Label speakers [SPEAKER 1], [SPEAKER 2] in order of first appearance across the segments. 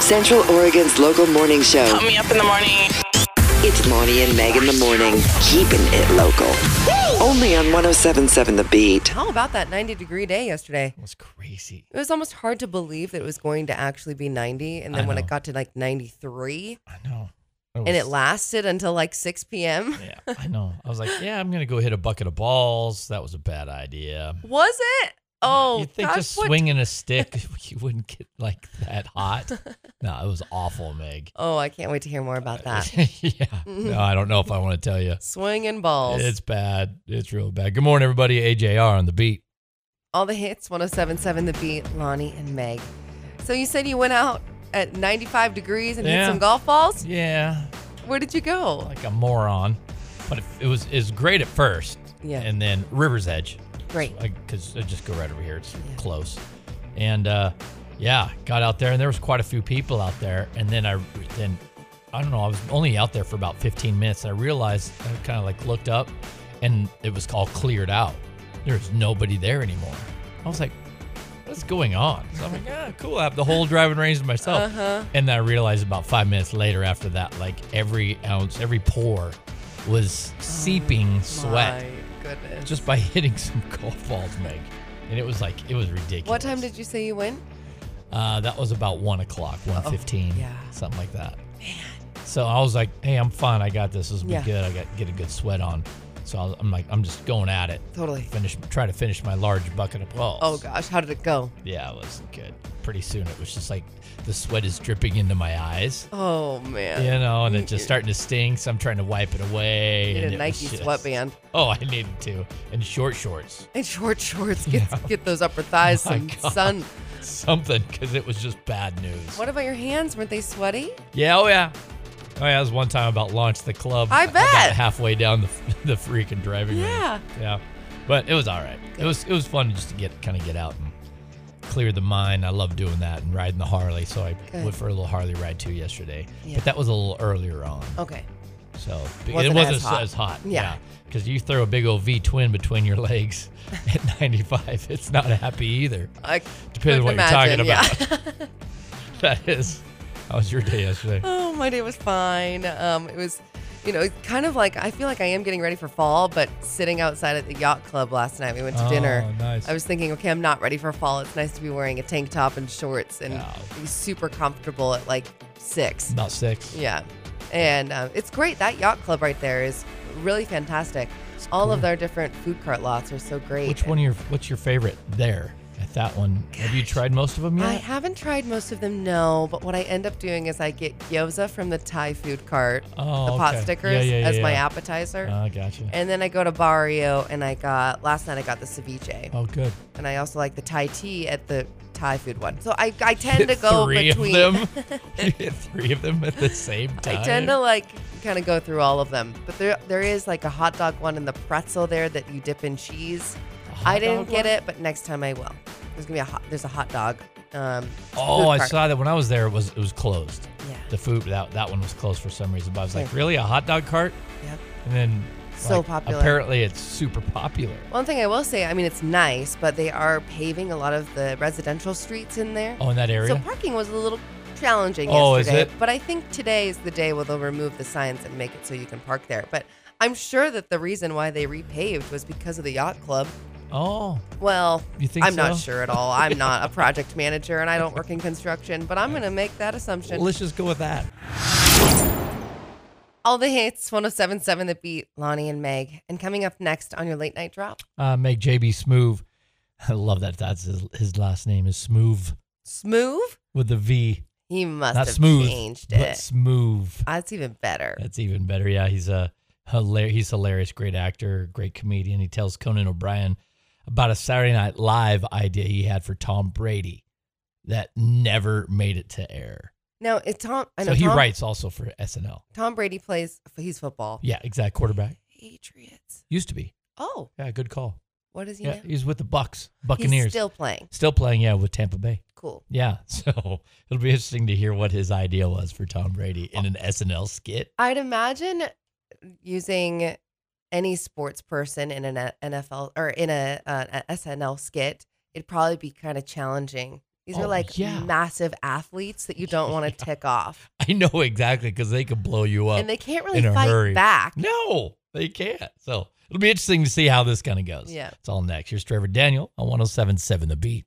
[SPEAKER 1] Central Oregon's local morning show.
[SPEAKER 2] Put me up in the morning.
[SPEAKER 1] It's Monty and Meg in the morning, keeping it local. Only on 1077 The Beat.
[SPEAKER 3] How about that 90 degree day yesterday?
[SPEAKER 4] That was crazy.
[SPEAKER 3] It was almost hard to believe that it was going to actually be 90. And then
[SPEAKER 4] I
[SPEAKER 3] when
[SPEAKER 4] know.
[SPEAKER 3] it got to like 93
[SPEAKER 4] I know.
[SPEAKER 3] and it lasted until like 6 p.m.,
[SPEAKER 4] Yeah, I know. I was like, yeah, I'm gonna go hit a bucket of balls. That was a bad idea.
[SPEAKER 3] was it? Oh,
[SPEAKER 4] You'd think
[SPEAKER 3] that's
[SPEAKER 4] just
[SPEAKER 3] what-
[SPEAKER 4] swinging a stick, you wouldn't get like that hot. no, it was awful, Meg.
[SPEAKER 3] Oh, I can't wait to hear more about that.
[SPEAKER 4] yeah. No, I don't know if I want to tell you.
[SPEAKER 3] Swinging balls.
[SPEAKER 4] It's bad. It's real bad. Good morning, everybody. AJR on the beat.
[SPEAKER 3] All the hits 1077 The Beat, Lonnie and Meg. So you said you went out at 95 degrees and hit
[SPEAKER 4] Yeah.
[SPEAKER 3] some golf balls?
[SPEAKER 4] Yeah,
[SPEAKER 3] Where did you go?
[SPEAKER 4] like a moron. But it, it was is great at first.
[SPEAKER 3] Yeah.
[SPEAKER 4] And then River's Edge.
[SPEAKER 3] Great.
[SPEAKER 4] because I just go right over here. It's close, and uh, yeah, got out there, and there was quite a few people out there. And then I, then I don't know, I was only out there for about 15 minutes. And I realized I kind of like looked up, and it was all cleared out. There's nobody there anymore. I was like, what's going on? So I'm like, ah, cool. I have the whole driving range to myself. And I realized about five minutes later after that, like every ounce, every pore was seeping sweat
[SPEAKER 3] My goodness.
[SPEAKER 4] just by hitting some golf balls, Meg. And it was like it was ridiculous.
[SPEAKER 3] what time did you say you went?
[SPEAKER 4] Uh, that was about one o'clock, one fifteen,
[SPEAKER 3] yeah.
[SPEAKER 4] something like that. Man. So I was like, "Hey, I'm fine. I got this. This will be
[SPEAKER 3] Yeah.
[SPEAKER 4] good. I got get a good sweat on." So I was, I'm like, "I'm just going at it.
[SPEAKER 3] Totally.
[SPEAKER 4] Finish. Try to finish my large bucket of balls."
[SPEAKER 3] Oh, gosh. How did it go?
[SPEAKER 4] Yeah, it was good. Pretty soon, it was just like the sweat is dripping into my eyes.
[SPEAKER 3] Oh, man.
[SPEAKER 4] You know, and it's just starting to sting. So I'm trying to wipe it away.
[SPEAKER 3] Need
[SPEAKER 4] and
[SPEAKER 3] a
[SPEAKER 4] it was
[SPEAKER 3] Nike
[SPEAKER 4] just-
[SPEAKER 3] sweatband
[SPEAKER 4] Oh, I needed to. And short shorts.
[SPEAKER 3] and short shorts. Get, get those upper thighs
[SPEAKER 4] My
[SPEAKER 3] some
[SPEAKER 4] God.
[SPEAKER 3] sun.
[SPEAKER 4] something because it was just bad news.
[SPEAKER 3] What about your hands? Weren't they sweaty?
[SPEAKER 4] Yeah, oh yeah. Oh yeah, it was one time about launch the club.
[SPEAKER 3] I
[SPEAKER 4] got
[SPEAKER 3] bet.
[SPEAKER 4] halfway down the, the freaking driving range.
[SPEAKER 3] Yeah.
[SPEAKER 4] Yeah. But it was all right. It was it was fun just to get kind of get out and clear the mind. I love doing that and riding the Harley. So I
[SPEAKER 3] Good.
[SPEAKER 4] went for a little Harley ride too yesterday.
[SPEAKER 3] Yeah.
[SPEAKER 4] But that was a little earlier on.
[SPEAKER 3] Okay.
[SPEAKER 4] So but
[SPEAKER 3] Wasn't
[SPEAKER 4] it wasn't
[SPEAKER 3] as hot. Yeah.
[SPEAKER 4] Yeah. Because you throw a big old V twin between your legs at 95, it's not happy either.
[SPEAKER 3] I
[SPEAKER 4] Depends on what
[SPEAKER 3] couldn't
[SPEAKER 4] you're talking
[SPEAKER 3] imagine, yeah.
[SPEAKER 4] about. That is. How was your day yesterday?
[SPEAKER 3] Oh, my day was fine. Um, it was, you know, it's kind of like I feel like I am getting ready for fall, but sitting outside at the yacht club last night, we went to
[SPEAKER 4] Oh,
[SPEAKER 3] dinner.
[SPEAKER 4] nice.
[SPEAKER 3] I was thinking, okay, I'm not ready for fall. It's nice to be wearing a tank top and shorts and
[SPEAKER 4] Yeah.
[SPEAKER 3] be super comfortable at like six.
[SPEAKER 4] About six.
[SPEAKER 3] Yeah. And um, it's great. That yacht club right there is really fantastic. All of
[SPEAKER 4] cool.
[SPEAKER 3] their different food cart lots are so great.
[SPEAKER 4] Which one of your what's your favorite there at that one? Have you tried most of them yet?
[SPEAKER 3] I haven't tried most of them, no. But what I end up doing is I get gyoza from the Thai food cart,
[SPEAKER 4] Oh,
[SPEAKER 3] the pot
[SPEAKER 4] okay.
[SPEAKER 3] stickers
[SPEAKER 4] Yeah, yeah, yeah,
[SPEAKER 3] as my
[SPEAKER 4] yeah.
[SPEAKER 3] appetizer,
[SPEAKER 4] Oh, gotcha.
[SPEAKER 3] and then I go to Barrio and I got last night I got the ceviche,
[SPEAKER 4] oh, good.
[SPEAKER 3] and I also like the Thai tea at the Thai food one. So I I tend to go
[SPEAKER 4] three
[SPEAKER 3] between.
[SPEAKER 4] of them. you hit three of them at the same time.
[SPEAKER 3] I tend to like kind of go through all of them, but there there is like a hot dog one and the pretzel there that you dip in cheese. I
[SPEAKER 4] hot
[SPEAKER 3] didn't
[SPEAKER 4] dog
[SPEAKER 3] get
[SPEAKER 4] one?
[SPEAKER 3] it, but next time I will. There's gonna be a hot, there's a hot dog. Um,
[SPEAKER 4] Oh,
[SPEAKER 3] food
[SPEAKER 4] I
[SPEAKER 3] cart.
[SPEAKER 4] saw that when I was there. It was it was closed.
[SPEAKER 3] Yeah.
[SPEAKER 4] The food that that one was closed for some reason. But I was like,
[SPEAKER 3] Yeah.
[SPEAKER 4] really, a hot dog cart?
[SPEAKER 3] Yep.
[SPEAKER 4] And then
[SPEAKER 3] So
[SPEAKER 4] like,
[SPEAKER 3] popular.
[SPEAKER 4] Apparently, it's super popular.
[SPEAKER 3] One thing I will say, I mean, it's nice, but they are paving a lot of the residential streets in there.
[SPEAKER 4] Oh, in that area.
[SPEAKER 3] so parking was a little challenging
[SPEAKER 4] Oh, is
[SPEAKER 3] yesterday.
[SPEAKER 4] it?
[SPEAKER 3] But I think today is the day where they'll remove the signs and make it so you can park there. But I'm sure that the reason why they repaved was because of the yacht club.
[SPEAKER 4] oh,
[SPEAKER 3] Well,
[SPEAKER 4] You think
[SPEAKER 3] I'm not
[SPEAKER 4] so?
[SPEAKER 3] sure at all. I'm not a project manager and I don't work in construction, but I'm going to make that assumption.
[SPEAKER 4] well, let's just go with that.
[SPEAKER 3] All the hits, 1077 The Beat, Lonnie and Meg. And coming up next on your late night drop,
[SPEAKER 4] uh, make JB Smoove. I love that. That's his, his last name is Smoove
[SPEAKER 3] Smooth?
[SPEAKER 4] with a V,
[SPEAKER 3] He must
[SPEAKER 4] not
[SPEAKER 3] have
[SPEAKER 4] smooth,
[SPEAKER 3] changed
[SPEAKER 4] but
[SPEAKER 3] it.
[SPEAKER 4] Smoove.
[SPEAKER 3] That's even better.
[SPEAKER 4] That's even better. Yeah, he's a hilarious. He's hilarious. Great actor. Great comedian. He tells Conan O'Brien about a Saturday Night Live idea he had for Tom Brady that never made it to air.
[SPEAKER 3] Now, it's Tom. I know
[SPEAKER 4] So he
[SPEAKER 3] Tom,
[SPEAKER 4] writes also for SNL.
[SPEAKER 3] Tom Brady plays. He's football.
[SPEAKER 4] Yeah, exact quarterback.
[SPEAKER 3] Patriots.
[SPEAKER 4] Used to be.
[SPEAKER 3] Oh,
[SPEAKER 4] Yeah, good call.
[SPEAKER 3] what is he?
[SPEAKER 4] Yeah,
[SPEAKER 3] now?
[SPEAKER 4] he's with the Bucks,
[SPEAKER 3] He's
[SPEAKER 4] Buccaneers.
[SPEAKER 3] still playing.
[SPEAKER 4] still playing. Yeah, with Tampa Bay.
[SPEAKER 3] Cool.
[SPEAKER 4] Yeah, so it'll be interesting to hear what his idea was for Tom Brady in an SNL skit.
[SPEAKER 3] I'd imagine uh, using any sports person in uh, an NFL or in a, uh, a SNL skit. It'd probably be kind of challenging These
[SPEAKER 4] Oh,
[SPEAKER 3] are like
[SPEAKER 4] yeah.
[SPEAKER 3] massive athletes that you don't want to tick off,
[SPEAKER 4] I know exactly because they could blow you up.
[SPEAKER 3] and they can't really
[SPEAKER 4] in a
[SPEAKER 3] fight
[SPEAKER 4] hurry.
[SPEAKER 3] back.
[SPEAKER 4] no, they can't. So it'll be interesting to see how this kind of goes.
[SPEAKER 3] Yeah.
[SPEAKER 4] It's all next. Here's Trevor Daniel on 1077 The Beat.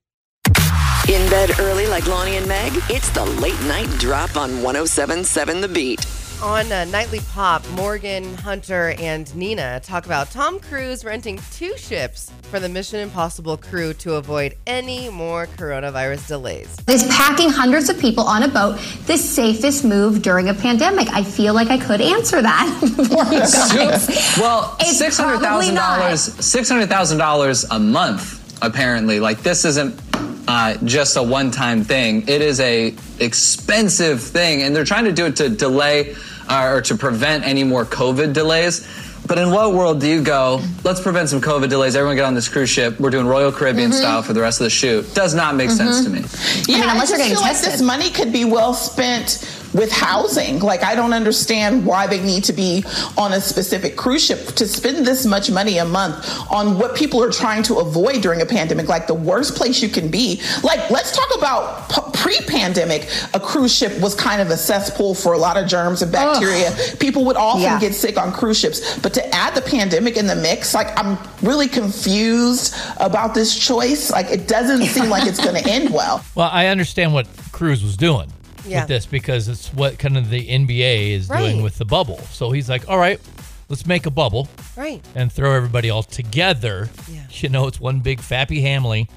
[SPEAKER 1] In bed early like Lonnie and Meg, it's the late night drop on 1077 The Beat.
[SPEAKER 3] On uh, Nightly Pop, Morgan, Hunter, and Nina talk about Tom Cruise renting two ships for the Mission Impossible crew to avoid any more coronavirus delays.
[SPEAKER 2] Is packing hundreds of people on a boat the safest move during a pandemic? I feel like I could answer that for you guys.
[SPEAKER 5] Well,
[SPEAKER 2] It's
[SPEAKER 5] six hundred thousand dollars, six hundred thousand dollars a month, apparently. Like this isn't uh, just a one-time thing. It is a expensive thing, and they're trying to do it to delay uh, or to prevent any more COVID delays. But in what world do you go? Let's prevent some COVID delays. Everyone get on this cruise ship. We're doing Royal Caribbean style for the rest of the shoot. Does not make sense to me.
[SPEAKER 6] Yeah,
[SPEAKER 2] mean, unless
[SPEAKER 6] I
[SPEAKER 2] you're
[SPEAKER 6] just
[SPEAKER 2] getting
[SPEAKER 6] feel like this
[SPEAKER 2] tested.
[SPEAKER 6] money could be well spent with housing. Like, I don't understand why they need to be on a specific cruise ship to spend this much money a month on what people are trying to avoid during a pandemic. Like, the worst place you can be. Like, let's talk about p- pre-pandemic. A cruise ship was kind of a cesspool for a lot of germs and bacteria. People would often
[SPEAKER 2] Yeah.
[SPEAKER 6] get sick on cruise ships, but to add the pandemic in the mix, like, I'm really confused about this choice. Like, it doesn't seem like it's going to end well.
[SPEAKER 4] Well, I understand what Cruz was doing
[SPEAKER 3] Yeah.
[SPEAKER 4] with this because it's what kind of the NBA is
[SPEAKER 3] Right.
[SPEAKER 4] doing with the bubble. So he's like, all right, let's make a bubble
[SPEAKER 3] Right.
[SPEAKER 4] and throw everybody all together.
[SPEAKER 3] Yeah. Mm-hmm.
[SPEAKER 4] You know, it's one big fappy hamley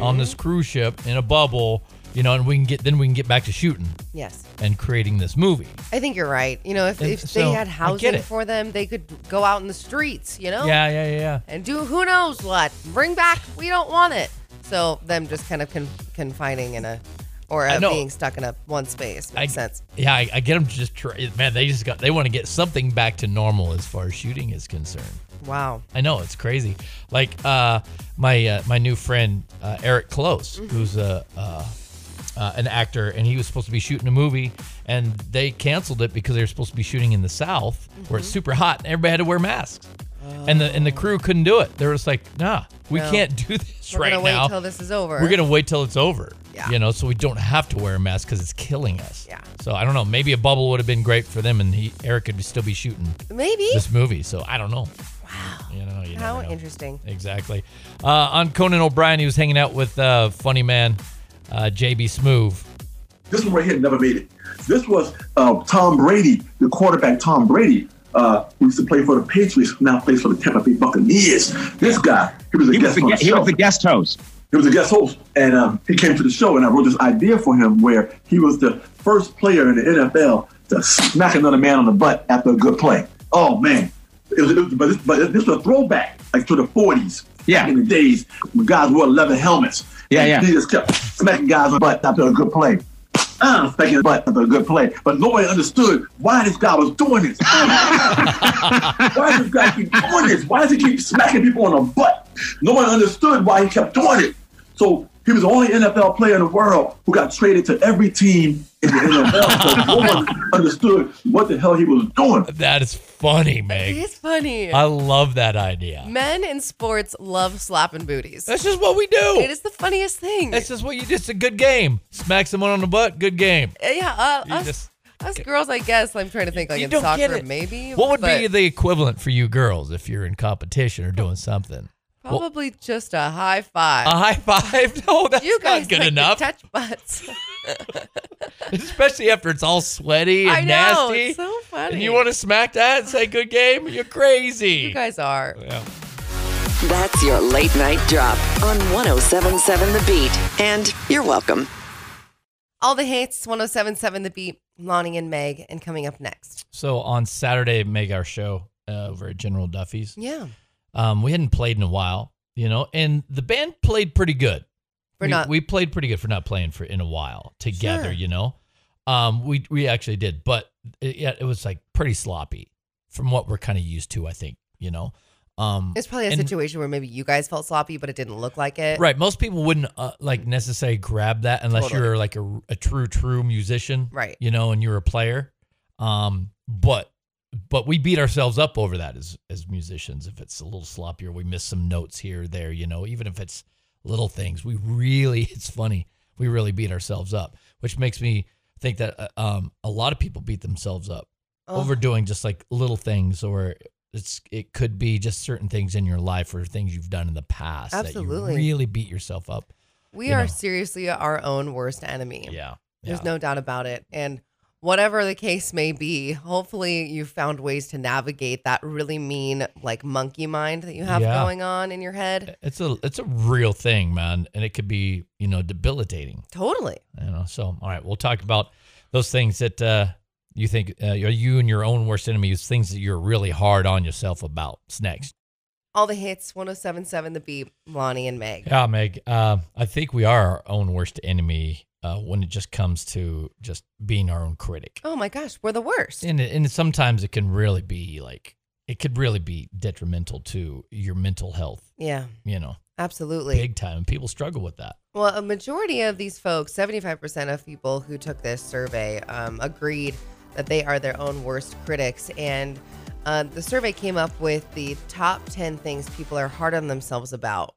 [SPEAKER 4] on this cruise ship in a bubble, you know, and we can get then we can get back to shooting
[SPEAKER 3] Yes.
[SPEAKER 4] and creating this movie.
[SPEAKER 3] I think you're right. You know, if,
[SPEAKER 4] And
[SPEAKER 3] if
[SPEAKER 4] so,
[SPEAKER 3] they had
[SPEAKER 4] I get
[SPEAKER 3] housing
[SPEAKER 4] it.
[SPEAKER 3] for them, they could go out in the streets, you know?
[SPEAKER 4] Yeah, yeah, yeah, yeah.
[SPEAKER 3] And do who knows what. Bring back, we don't want it. So them just kind of con- confining in a, or
[SPEAKER 4] I
[SPEAKER 3] uh
[SPEAKER 4] know.
[SPEAKER 3] being stuck in a one space makes sense.
[SPEAKER 4] Yeah, I, I get them just try, man. They just got they want to get something back to normal as far as shooting is concerned.
[SPEAKER 3] Wow.
[SPEAKER 4] I know it's crazy. Like uh, my uh, my new friend uh, Eric Close,
[SPEAKER 3] Mm-hmm.
[SPEAKER 4] who's a uh, uh, an actor, and he was supposed to be shooting a movie, and they canceled it because they were supposed to be shooting in the South, where
[SPEAKER 3] Mm-hmm.
[SPEAKER 4] it's super hot, and everybody had to wear masks, and the and the crew couldn't do it. They were just like, Nah, we
[SPEAKER 3] Oh. No.
[SPEAKER 4] can't do this
[SPEAKER 3] We're
[SPEAKER 4] right
[SPEAKER 3] gonna
[SPEAKER 4] now.
[SPEAKER 3] wait till this is over.
[SPEAKER 4] We're gonna wait till it's over.
[SPEAKER 3] Yeah.
[SPEAKER 4] You know, so we don't have to wear a mask because it's killing us.
[SPEAKER 3] Yeah.
[SPEAKER 4] So I don't know. Maybe a bubble would have been great for them, and he, Eric could still be shooting
[SPEAKER 3] maybe.
[SPEAKER 4] this movie. So I don't know. Wow. You know, you
[SPEAKER 3] How
[SPEAKER 4] never know.
[SPEAKER 3] interesting.
[SPEAKER 4] Exactly. Uh, on Conan O'Brien, he was hanging out with uh, funny man uh, JB Smoove.
[SPEAKER 7] This one right here never made it. This was uh, Tom Brady, the quarterback Tom Brady, uh, who used to play for the Patriots, now plays for the Tampa Bay Buccaneers. This guy, he was a
[SPEAKER 8] He was,
[SPEAKER 7] guest
[SPEAKER 8] the,
[SPEAKER 7] on the
[SPEAKER 8] he
[SPEAKER 7] show.
[SPEAKER 8] was the guest host.
[SPEAKER 7] He was a guest host, and um, he came to the show, and I wrote this idea for him where he was the first player in the NFL to smack another man on the butt after a good play. Oh man, it was, it was- but, this, but this was a throwback like to the '40s,
[SPEAKER 8] Yeah.
[SPEAKER 7] back in the days when guys wore leather helmets.
[SPEAKER 8] Yeah,
[SPEAKER 7] And
[SPEAKER 8] yeah.
[SPEAKER 7] He just kept smacking guys on the butt after a good play. Uh, smacking the butt after a good play, but nobody understood why this guy was doing this. Why does this guy keep doing this? Why does he keep smacking people on the butt? No one understood why he kept doing it. So he was the only NFL player in the world who got traded to every team in the NFL. So no one understood what the hell he was doing.
[SPEAKER 4] That is funny,
[SPEAKER 3] It
[SPEAKER 4] Meg.
[SPEAKER 3] is funny.
[SPEAKER 4] I love that idea.
[SPEAKER 3] Men in sports love slapping booties.
[SPEAKER 4] That's just what we do.
[SPEAKER 3] It is the funniest thing.
[SPEAKER 4] That's just what you. It's a good game. Smack someone on the butt. Good game.
[SPEAKER 3] Uh, yeah, uh,
[SPEAKER 4] You
[SPEAKER 3] us,
[SPEAKER 4] just-
[SPEAKER 3] us girls, I guess. I'm trying to think, like
[SPEAKER 4] you
[SPEAKER 3] in
[SPEAKER 4] don't get
[SPEAKER 3] soccer,
[SPEAKER 4] it.
[SPEAKER 3] maybe.
[SPEAKER 4] What would be
[SPEAKER 3] but
[SPEAKER 4] the equivalent for you girls if you're in competition or doing something? well-
[SPEAKER 3] probably just a high five?
[SPEAKER 4] A high five? No, that's
[SPEAKER 3] you guys
[SPEAKER 4] not good
[SPEAKER 3] like to
[SPEAKER 4] enough.
[SPEAKER 3] touch butts.
[SPEAKER 4] Especially after it's all sweaty and
[SPEAKER 3] I know.
[SPEAKER 4] nasty.
[SPEAKER 3] It's so funny.
[SPEAKER 4] And you want to smack that and say good game? You're crazy.
[SPEAKER 3] You guys are.
[SPEAKER 4] yeah.
[SPEAKER 1] That's your late night drop on 1077 The Beat. And you're welcome.
[SPEAKER 3] All the hits, 1077 The Beat, Lonnie and Meg, and coming up next.
[SPEAKER 4] So on Saturday, make our show uh, over at General Duffy's.
[SPEAKER 3] Yeah.
[SPEAKER 4] Um, we hadn't played in a while, you know, and the band played pretty good.
[SPEAKER 3] For
[SPEAKER 4] we,
[SPEAKER 3] not-
[SPEAKER 4] we played pretty good for not playing for in a while together,
[SPEAKER 3] Sure.
[SPEAKER 4] you know. Um, we we actually did, but it, yeah, it was like pretty sloppy from what we're kind of used to, I think, you know. Um,
[SPEAKER 3] It's probably a
[SPEAKER 4] and-
[SPEAKER 3] situation where maybe you guys felt sloppy, but it didn't look like it.
[SPEAKER 4] Right. Most people wouldn't uh, like necessarily grab that unless
[SPEAKER 3] Totally.
[SPEAKER 4] you're like a, a true, true musician.
[SPEAKER 3] Right.
[SPEAKER 4] You know, and you're a player. Um, but but we beat ourselves up over that as as musicians. If it's a little sloppy or we miss some notes here or there, you know, even if it's little things, we really it's funny. we really beat ourselves up, which makes me think that uh, um, a lot of people beat themselves up
[SPEAKER 3] Oh.
[SPEAKER 4] overdoing just like little things or it's it could be just certain things in your life or things you've done in the past that
[SPEAKER 3] Absolutely.
[SPEAKER 4] you really beat yourself up.
[SPEAKER 3] We
[SPEAKER 4] you
[SPEAKER 3] are
[SPEAKER 4] know.
[SPEAKER 3] seriously our own worst enemy.
[SPEAKER 4] Yeah.
[SPEAKER 3] There's no doubt about it. And whatever the case may be, hopefully you found ways to navigate that really mean, like monkey mind that you have
[SPEAKER 4] Yeah. Uh,
[SPEAKER 3] going on in your head.
[SPEAKER 4] it's a it's a real thing, man, and it could be, you know, debilitating.
[SPEAKER 3] Totally.
[SPEAKER 4] you know so all right we'll talk about those things that uh you think uh, you're you and your own worst enemies things that you're really hard on yourself about it's next
[SPEAKER 3] All the hits, 1077 The Beat, Lonnie and Meg.
[SPEAKER 4] yeah meg uh, i think we are our own worst enemy uh, when it just comes to just being our own critic
[SPEAKER 3] Oh my gosh, we're the worst.
[SPEAKER 4] and, it- and sometimes it can really be like it could really be detrimental to your mental health
[SPEAKER 3] yeah,
[SPEAKER 4] you know
[SPEAKER 3] absolutely.
[SPEAKER 4] big time and people struggle with that
[SPEAKER 3] Well, a majority of these folks, 75% of people who took this survey, um, agreed that they are their own worst critics. And uh, the survey came up with the top 10 things people are hard on themselves about.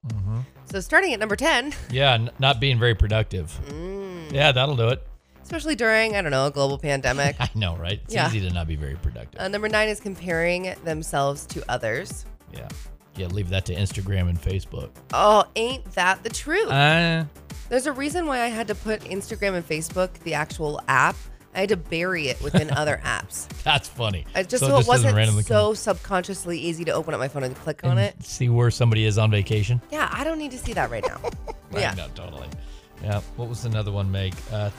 [SPEAKER 3] So, starting at number 10,
[SPEAKER 4] yeah n- not being very productive
[SPEAKER 3] Mm.
[SPEAKER 4] yeah that'll do it
[SPEAKER 3] especially during, I don't know, a global pandemic.
[SPEAKER 4] i know right it's
[SPEAKER 3] Yeah.
[SPEAKER 4] easy to not be very productive
[SPEAKER 3] uh, number nine is comparing themselves to others.
[SPEAKER 4] Yeah. Yeah, leave that to Instagram and Facebook.
[SPEAKER 3] Oh, ain't that the truth?
[SPEAKER 4] Uh,
[SPEAKER 3] There's a reason why I had to put Instagram and Facebook, the actual app, I had to bury it within other apps.
[SPEAKER 4] that's funny.
[SPEAKER 3] I just so, it
[SPEAKER 4] doesn't
[SPEAKER 3] wasn't
[SPEAKER 4] come-
[SPEAKER 3] so subconsciously easy to open up my phone and click on
[SPEAKER 4] and
[SPEAKER 3] it.
[SPEAKER 4] See where somebody is on vacation.
[SPEAKER 3] Yeah, I don't need to see that right now.
[SPEAKER 4] Right,
[SPEAKER 3] yeah.
[SPEAKER 4] No, totally. Yeah. What was another one, Meg? Uh,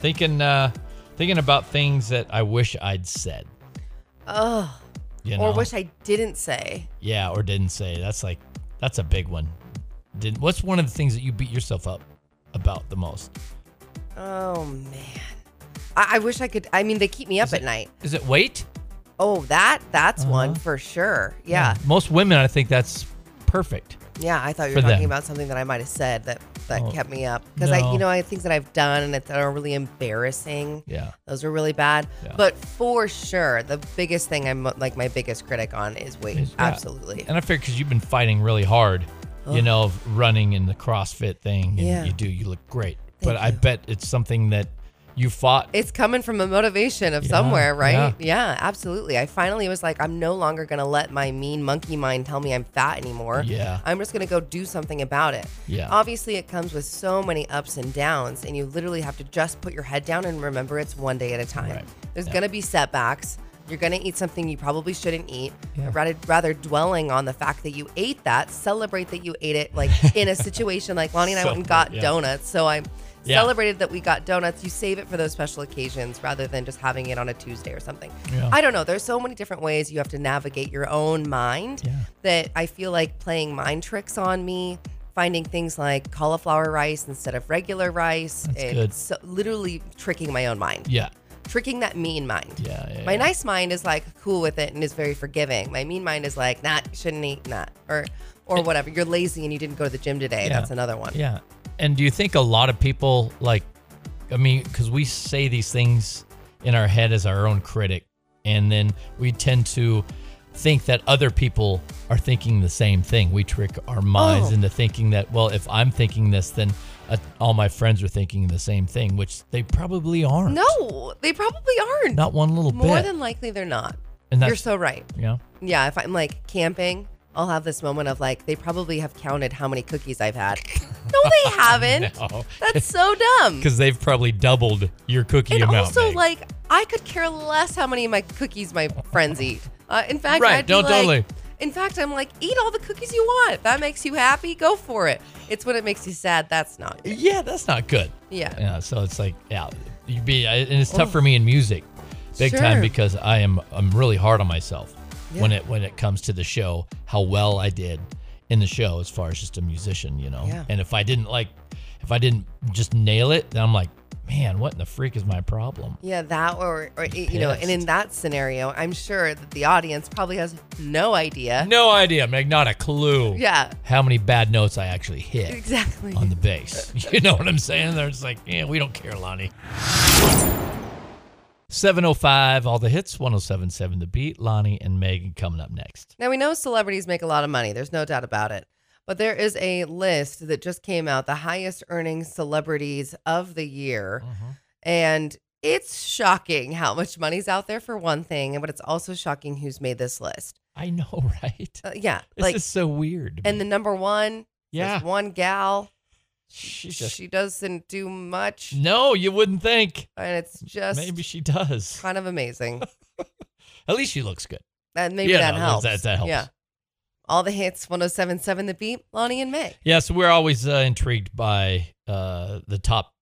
[SPEAKER 4] thinking, uh, thinking about things that I wish I'd said.
[SPEAKER 3] Ugh.
[SPEAKER 4] You
[SPEAKER 3] Or
[SPEAKER 4] know?
[SPEAKER 3] wish I didn't say.
[SPEAKER 4] yeah, or didn't say. That's like, that's a big one. Did what's one of the things that you beat yourself up about the most?
[SPEAKER 3] Oh man. I, I wish I could. I mean, they keep me up at night.
[SPEAKER 4] Is it weight?
[SPEAKER 3] Oh, that that's one
[SPEAKER 4] Uh-huh.
[SPEAKER 3] for sure. Yeah.
[SPEAKER 4] Most women, I think that's perfect.
[SPEAKER 3] Yeah, I thought you were
[SPEAKER 4] For
[SPEAKER 3] talking
[SPEAKER 4] them.
[SPEAKER 3] about something that I might have said that that
[SPEAKER 4] Oh,
[SPEAKER 3] kept me up because I,
[SPEAKER 4] no.
[SPEAKER 3] you know, I things that I've done and that are really embarrassing.
[SPEAKER 4] Yeah.
[SPEAKER 3] Those are really bad.
[SPEAKER 4] Yeah.
[SPEAKER 3] But for sure, the biggest thing I'm like my biggest critic on is weight.
[SPEAKER 4] Is- yeah.
[SPEAKER 3] Absolutely.
[SPEAKER 4] And I figure because you've been fighting really hard, you know, of running and the CrossFit thing, and
[SPEAKER 3] Yeah.
[SPEAKER 4] you do, you look great.
[SPEAKER 3] Thank
[SPEAKER 4] but I
[SPEAKER 3] you.
[SPEAKER 4] bet it's something that you fought.
[SPEAKER 3] it's coming from a motivation of
[SPEAKER 4] Yeah,
[SPEAKER 3] somewhere, right? Yeah. absolutely. I finally was like, I'm no longer going to let my mean monkey mind tell me I'm fat anymore.
[SPEAKER 4] Yeah.
[SPEAKER 3] I'm just going to go do something about it.
[SPEAKER 4] Yeah.
[SPEAKER 3] Obviously, it comes with so many ups and downs, and you literally have to just put your head down and remember it's one day at a time.
[SPEAKER 4] Right.
[SPEAKER 3] There's
[SPEAKER 4] Yeah.
[SPEAKER 3] going to be setbacks. You're going to eat something you probably shouldn't eat. But Rather, rather dwelling on the fact that you ate that, celebrate that you ate it, like in a situation like Lonnie and I went and got
[SPEAKER 4] Celebrate, yeah.
[SPEAKER 3] donuts. So I'm
[SPEAKER 4] Yeah.
[SPEAKER 3] celebrated that we got donuts. You save it for those special occasions rather than just having it on a Tuesday or something.
[SPEAKER 4] Yeah.
[SPEAKER 3] I don't know. There's so many different ways you have to navigate your own mind
[SPEAKER 4] Yeah.
[SPEAKER 3] that I feel like playing mind tricks on me, finding things like cauliflower rice instead of regular rice. and
[SPEAKER 4] good.
[SPEAKER 3] So, literally tricking my own mind,
[SPEAKER 4] yeah.
[SPEAKER 3] tricking that mean mind.
[SPEAKER 4] Yeah. yeah
[SPEAKER 3] My
[SPEAKER 4] yeah.
[SPEAKER 3] nice mind is like cool with it and is very forgiving. My mean mind is like, nah, you shouldn't eat that or or whatever. You're lazy and you didn't go to the gym today.
[SPEAKER 4] Yeah.
[SPEAKER 3] That's another one.
[SPEAKER 4] Yeah. And do you think a lot of people, like, I mean, because we say these things in our head as our own critic, and then we tend to think that other people are thinking the same thing. We trick our minds
[SPEAKER 3] Oh.
[SPEAKER 4] into thinking that, well, if I'm thinking this, then uh, all my friends are thinking the same thing, which they probably aren't.
[SPEAKER 3] No, they probably aren't.
[SPEAKER 4] Not one little
[SPEAKER 3] More
[SPEAKER 4] bit.
[SPEAKER 3] than likely, they're not.
[SPEAKER 4] and
[SPEAKER 3] You're so right.
[SPEAKER 4] yeah.
[SPEAKER 3] Yeah, if I'm like camping, I'll have this moment of like, they probably have counted how many cookies I've had. No, they haven't.
[SPEAKER 4] No.
[SPEAKER 3] That's so dumb.
[SPEAKER 4] Because they've probably doubled your cookie
[SPEAKER 3] And
[SPEAKER 4] amount.
[SPEAKER 3] also,
[SPEAKER 4] Meg.
[SPEAKER 3] like, I could care less how many of my cookies my friends eat. Uh, in fact,
[SPEAKER 4] Right,
[SPEAKER 3] I'd be
[SPEAKER 4] no,
[SPEAKER 3] like,
[SPEAKER 4] totally.
[SPEAKER 3] In fact, I'm like, eat all the cookies you want. If that makes you happy, go for it. It's when it makes you sad. That's not. good.
[SPEAKER 4] yeah, that's not good.
[SPEAKER 3] Yeah. Oh.
[SPEAKER 4] Yeah, so it's like, yeah, you be, I- and it's tough for me in music, big time,
[SPEAKER 3] Sure.
[SPEAKER 4] because I am I'm really hard on myself when it when it comes to the show, how well I did in the show as far as just a musician, you know.
[SPEAKER 3] Yeah.
[SPEAKER 4] And if I didn't like, if I didn't just nail it, then I'm like, man, what in the freak is my problem?
[SPEAKER 3] Yeah, that or, or you know, and in
[SPEAKER 4] pissed.
[SPEAKER 3] that scenario, I'm sure that the audience probably has no idea.
[SPEAKER 4] No idea, Meg, not a clue.
[SPEAKER 3] Yeah,
[SPEAKER 4] How many bad notes I actually hit
[SPEAKER 3] exactly.
[SPEAKER 4] on the bass? You know what I'm saying? They're just like, yeah, we don't care, Lonnie. 705, all the hits, 1077 The Beat, Lonnie and Megan coming up next.
[SPEAKER 3] Now we know celebrities make a lot of money. There's no doubt about it. But there is a list that just came out, the highest earning celebrities of the year.
[SPEAKER 4] Oh.
[SPEAKER 3] And it's shocking how much money's out there for one thing, but it's also shocking who's made this list.
[SPEAKER 4] I know, right?
[SPEAKER 3] Uh, yeah.
[SPEAKER 4] This
[SPEAKER 3] like
[SPEAKER 4] is so weird.
[SPEAKER 3] and the number one,
[SPEAKER 4] yeah,
[SPEAKER 3] there's one gal.
[SPEAKER 4] she's just
[SPEAKER 3] she doesn't do much.
[SPEAKER 4] no. You wouldn't think.
[SPEAKER 3] And it's just
[SPEAKER 4] Maybe she does.
[SPEAKER 3] kind of amazing.
[SPEAKER 4] At least she looks good.
[SPEAKER 3] And maybe
[SPEAKER 4] Yeah,
[SPEAKER 3] that
[SPEAKER 4] no,
[SPEAKER 3] helps.
[SPEAKER 4] that- that helps.
[SPEAKER 3] Yeah. All the hits, 1077 The Beat, Lonnie and May.
[SPEAKER 4] Yes, we're always uh, intrigued by uh, the top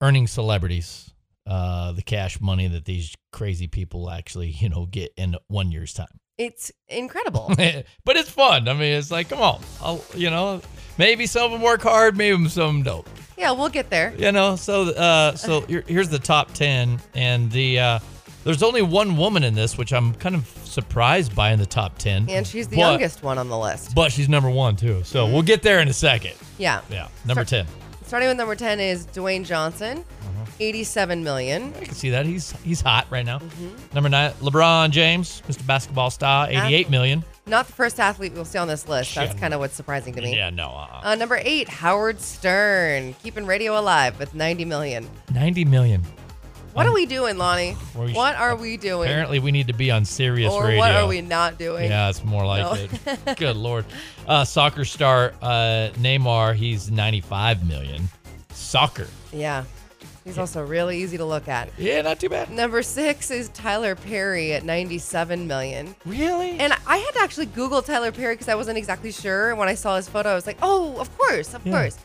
[SPEAKER 4] earning celebrities, uh, the cash money that these crazy people actually, you know, get in one year's time.
[SPEAKER 3] It's incredible.
[SPEAKER 4] but it's fun. I mean, it's like, come on, I'll, you know, maybe some of them work hard, maybe some don't.
[SPEAKER 3] yeah, we'll get there.
[SPEAKER 4] You know, so uh, so here, here's the top ten, and the uh, there's only one woman in this, which I'm kind of surprised by in the top ten,
[SPEAKER 3] And she's the
[SPEAKER 4] But-
[SPEAKER 3] youngest one on the list.
[SPEAKER 4] But she's number one too, so we'll get there in a second.
[SPEAKER 3] Yeah.
[SPEAKER 4] Yeah, number ten. Uh-huh.
[SPEAKER 3] Starting with number 10 is Dwayne Johnson, 87 million.
[SPEAKER 4] I can see that. He's he's hot right now.
[SPEAKER 3] Mm-hmm.
[SPEAKER 4] Number nine, LeBron James, Mr. Basketball Star, eighty-eight million.
[SPEAKER 3] Not the first athlete we'll see on this list. That's
[SPEAKER 4] Shit.
[SPEAKER 3] kind of what's surprising to me.
[SPEAKER 4] Yeah, no, uh,
[SPEAKER 3] Uh, number eight, Howard Stern, keeping radio alive with 90 million.
[SPEAKER 4] ninety million.
[SPEAKER 3] What are we doing, Lonnie?
[SPEAKER 4] Well, we
[SPEAKER 3] What
[SPEAKER 4] should-
[SPEAKER 3] are we doing?
[SPEAKER 4] Apparently, we need to be on serious
[SPEAKER 3] or
[SPEAKER 4] radio.
[SPEAKER 3] what are we not doing?
[SPEAKER 4] Yeah, it's more like
[SPEAKER 3] No.
[SPEAKER 4] it. Good lord. Uh, soccer star uh, Neymar, he's ninety-five million. Soccer.
[SPEAKER 3] Yeah. He's also really easy to look at.
[SPEAKER 4] Yeah, not too bad.
[SPEAKER 3] Number six is Tyler Perry at 97 million.
[SPEAKER 4] Really?
[SPEAKER 3] And I had to actually Google Tyler Perry because I wasn't exactly sure. And when I saw his photo, I was like, oh, of course, of
[SPEAKER 4] Yeah.
[SPEAKER 3] course.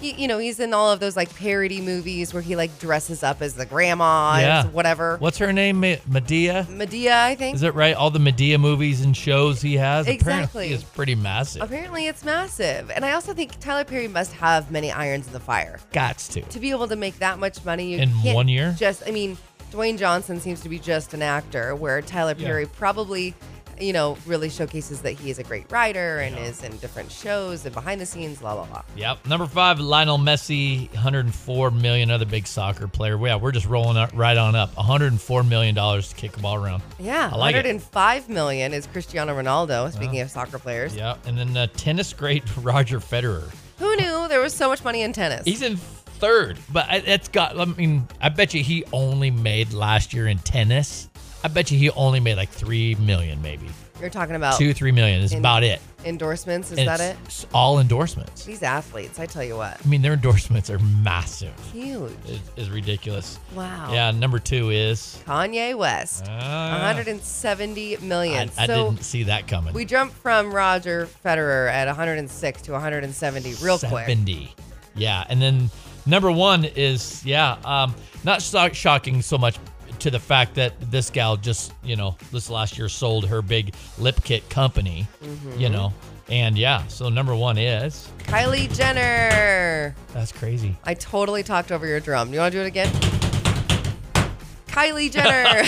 [SPEAKER 3] He, you know, he's in all of those like parody movies where he like dresses up as the grandma
[SPEAKER 4] Yeah.
[SPEAKER 3] and whatever.
[SPEAKER 4] What's her name? Me- Medea.
[SPEAKER 3] Medea, I think.
[SPEAKER 4] Is it right? All the Medea movies and shows he has.
[SPEAKER 3] Exactly.
[SPEAKER 4] Apparently, is pretty massive.
[SPEAKER 3] Apparently, it's massive. And I also think Tyler Perry must have many irons in the fire.
[SPEAKER 4] Gots to.
[SPEAKER 3] To be able to make that much money you
[SPEAKER 4] In
[SPEAKER 3] can't
[SPEAKER 4] one year?
[SPEAKER 3] Just, I mean, Dwayne Johnson seems to be just an actor, where Tyler
[SPEAKER 4] Yeah.
[SPEAKER 3] Perry probably, you know, really showcases that he is a great writer and is in different shows and behind the scenes, blah, blah, blah.
[SPEAKER 4] Yep. Number five, Lionel Messi, 104 million. Another big soccer player. Yeah, we're just rolling up, right on up. 104 million dollars to kick the ball around.
[SPEAKER 3] Yeah,
[SPEAKER 4] I like it.
[SPEAKER 3] 105 million is Cristiano Ronaldo. Speaking of soccer players,
[SPEAKER 4] Yeah, and then uh, tennis great Roger Federer.
[SPEAKER 3] who knew there was so much money in tennis?
[SPEAKER 4] He's in third, but I- that's got. I mean, I bet you he only made last year in tennis. I bet you he only made like three million, maybe
[SPEAKER 3] You're talking about
[SPEAKER 4] two, three million is
[SPEAKER 3] Oh. In-
[SPEAKER 4] about it.
[SPEAKER 3] endorsements, is
[SPEAKER 4] And
[SPEAKER 3] that it?
[SPEAKER 4] it's- it's all endorsements.
[SPEAKER 3] These athletes, I tell you what,
[SPEAKER 4] I mean, their endorsements are massive.
[SPEAKER 3] huge.
[SPEAKER 4] It's, it's ridiculous.
[SPEAKER 3] Wow.
[SPEAKER 4] Yeah, number two is.
[SPEAKER 3] Kanye West,
[SPEAKER 4] Ah.
[SPEAKER 3] 170 million.
[SPEAKER 4] I, I
[SPEAKER 3] so
[SPEAKER 4] didn't see that coming.
[SPEAKER 3] we jumped from Roger Federer at 106 to 170 real quick.
[SPEAKER 4] 70. Yeah, and then number one is yeah, um, not so- shocking so much to the fact that this gal just you know this last year sold her big lip kit company,
[SPEAKER 3] Mm-hmm.
[SPEAKER 4] you know, and yeah, so number one is
[SPEAKER 3] Kylie Jenner.
[SPEAKER 4] that's crazy.
[SPEAKER 3] I totally talked over your drum. You want to do it again? Kylie Jenner.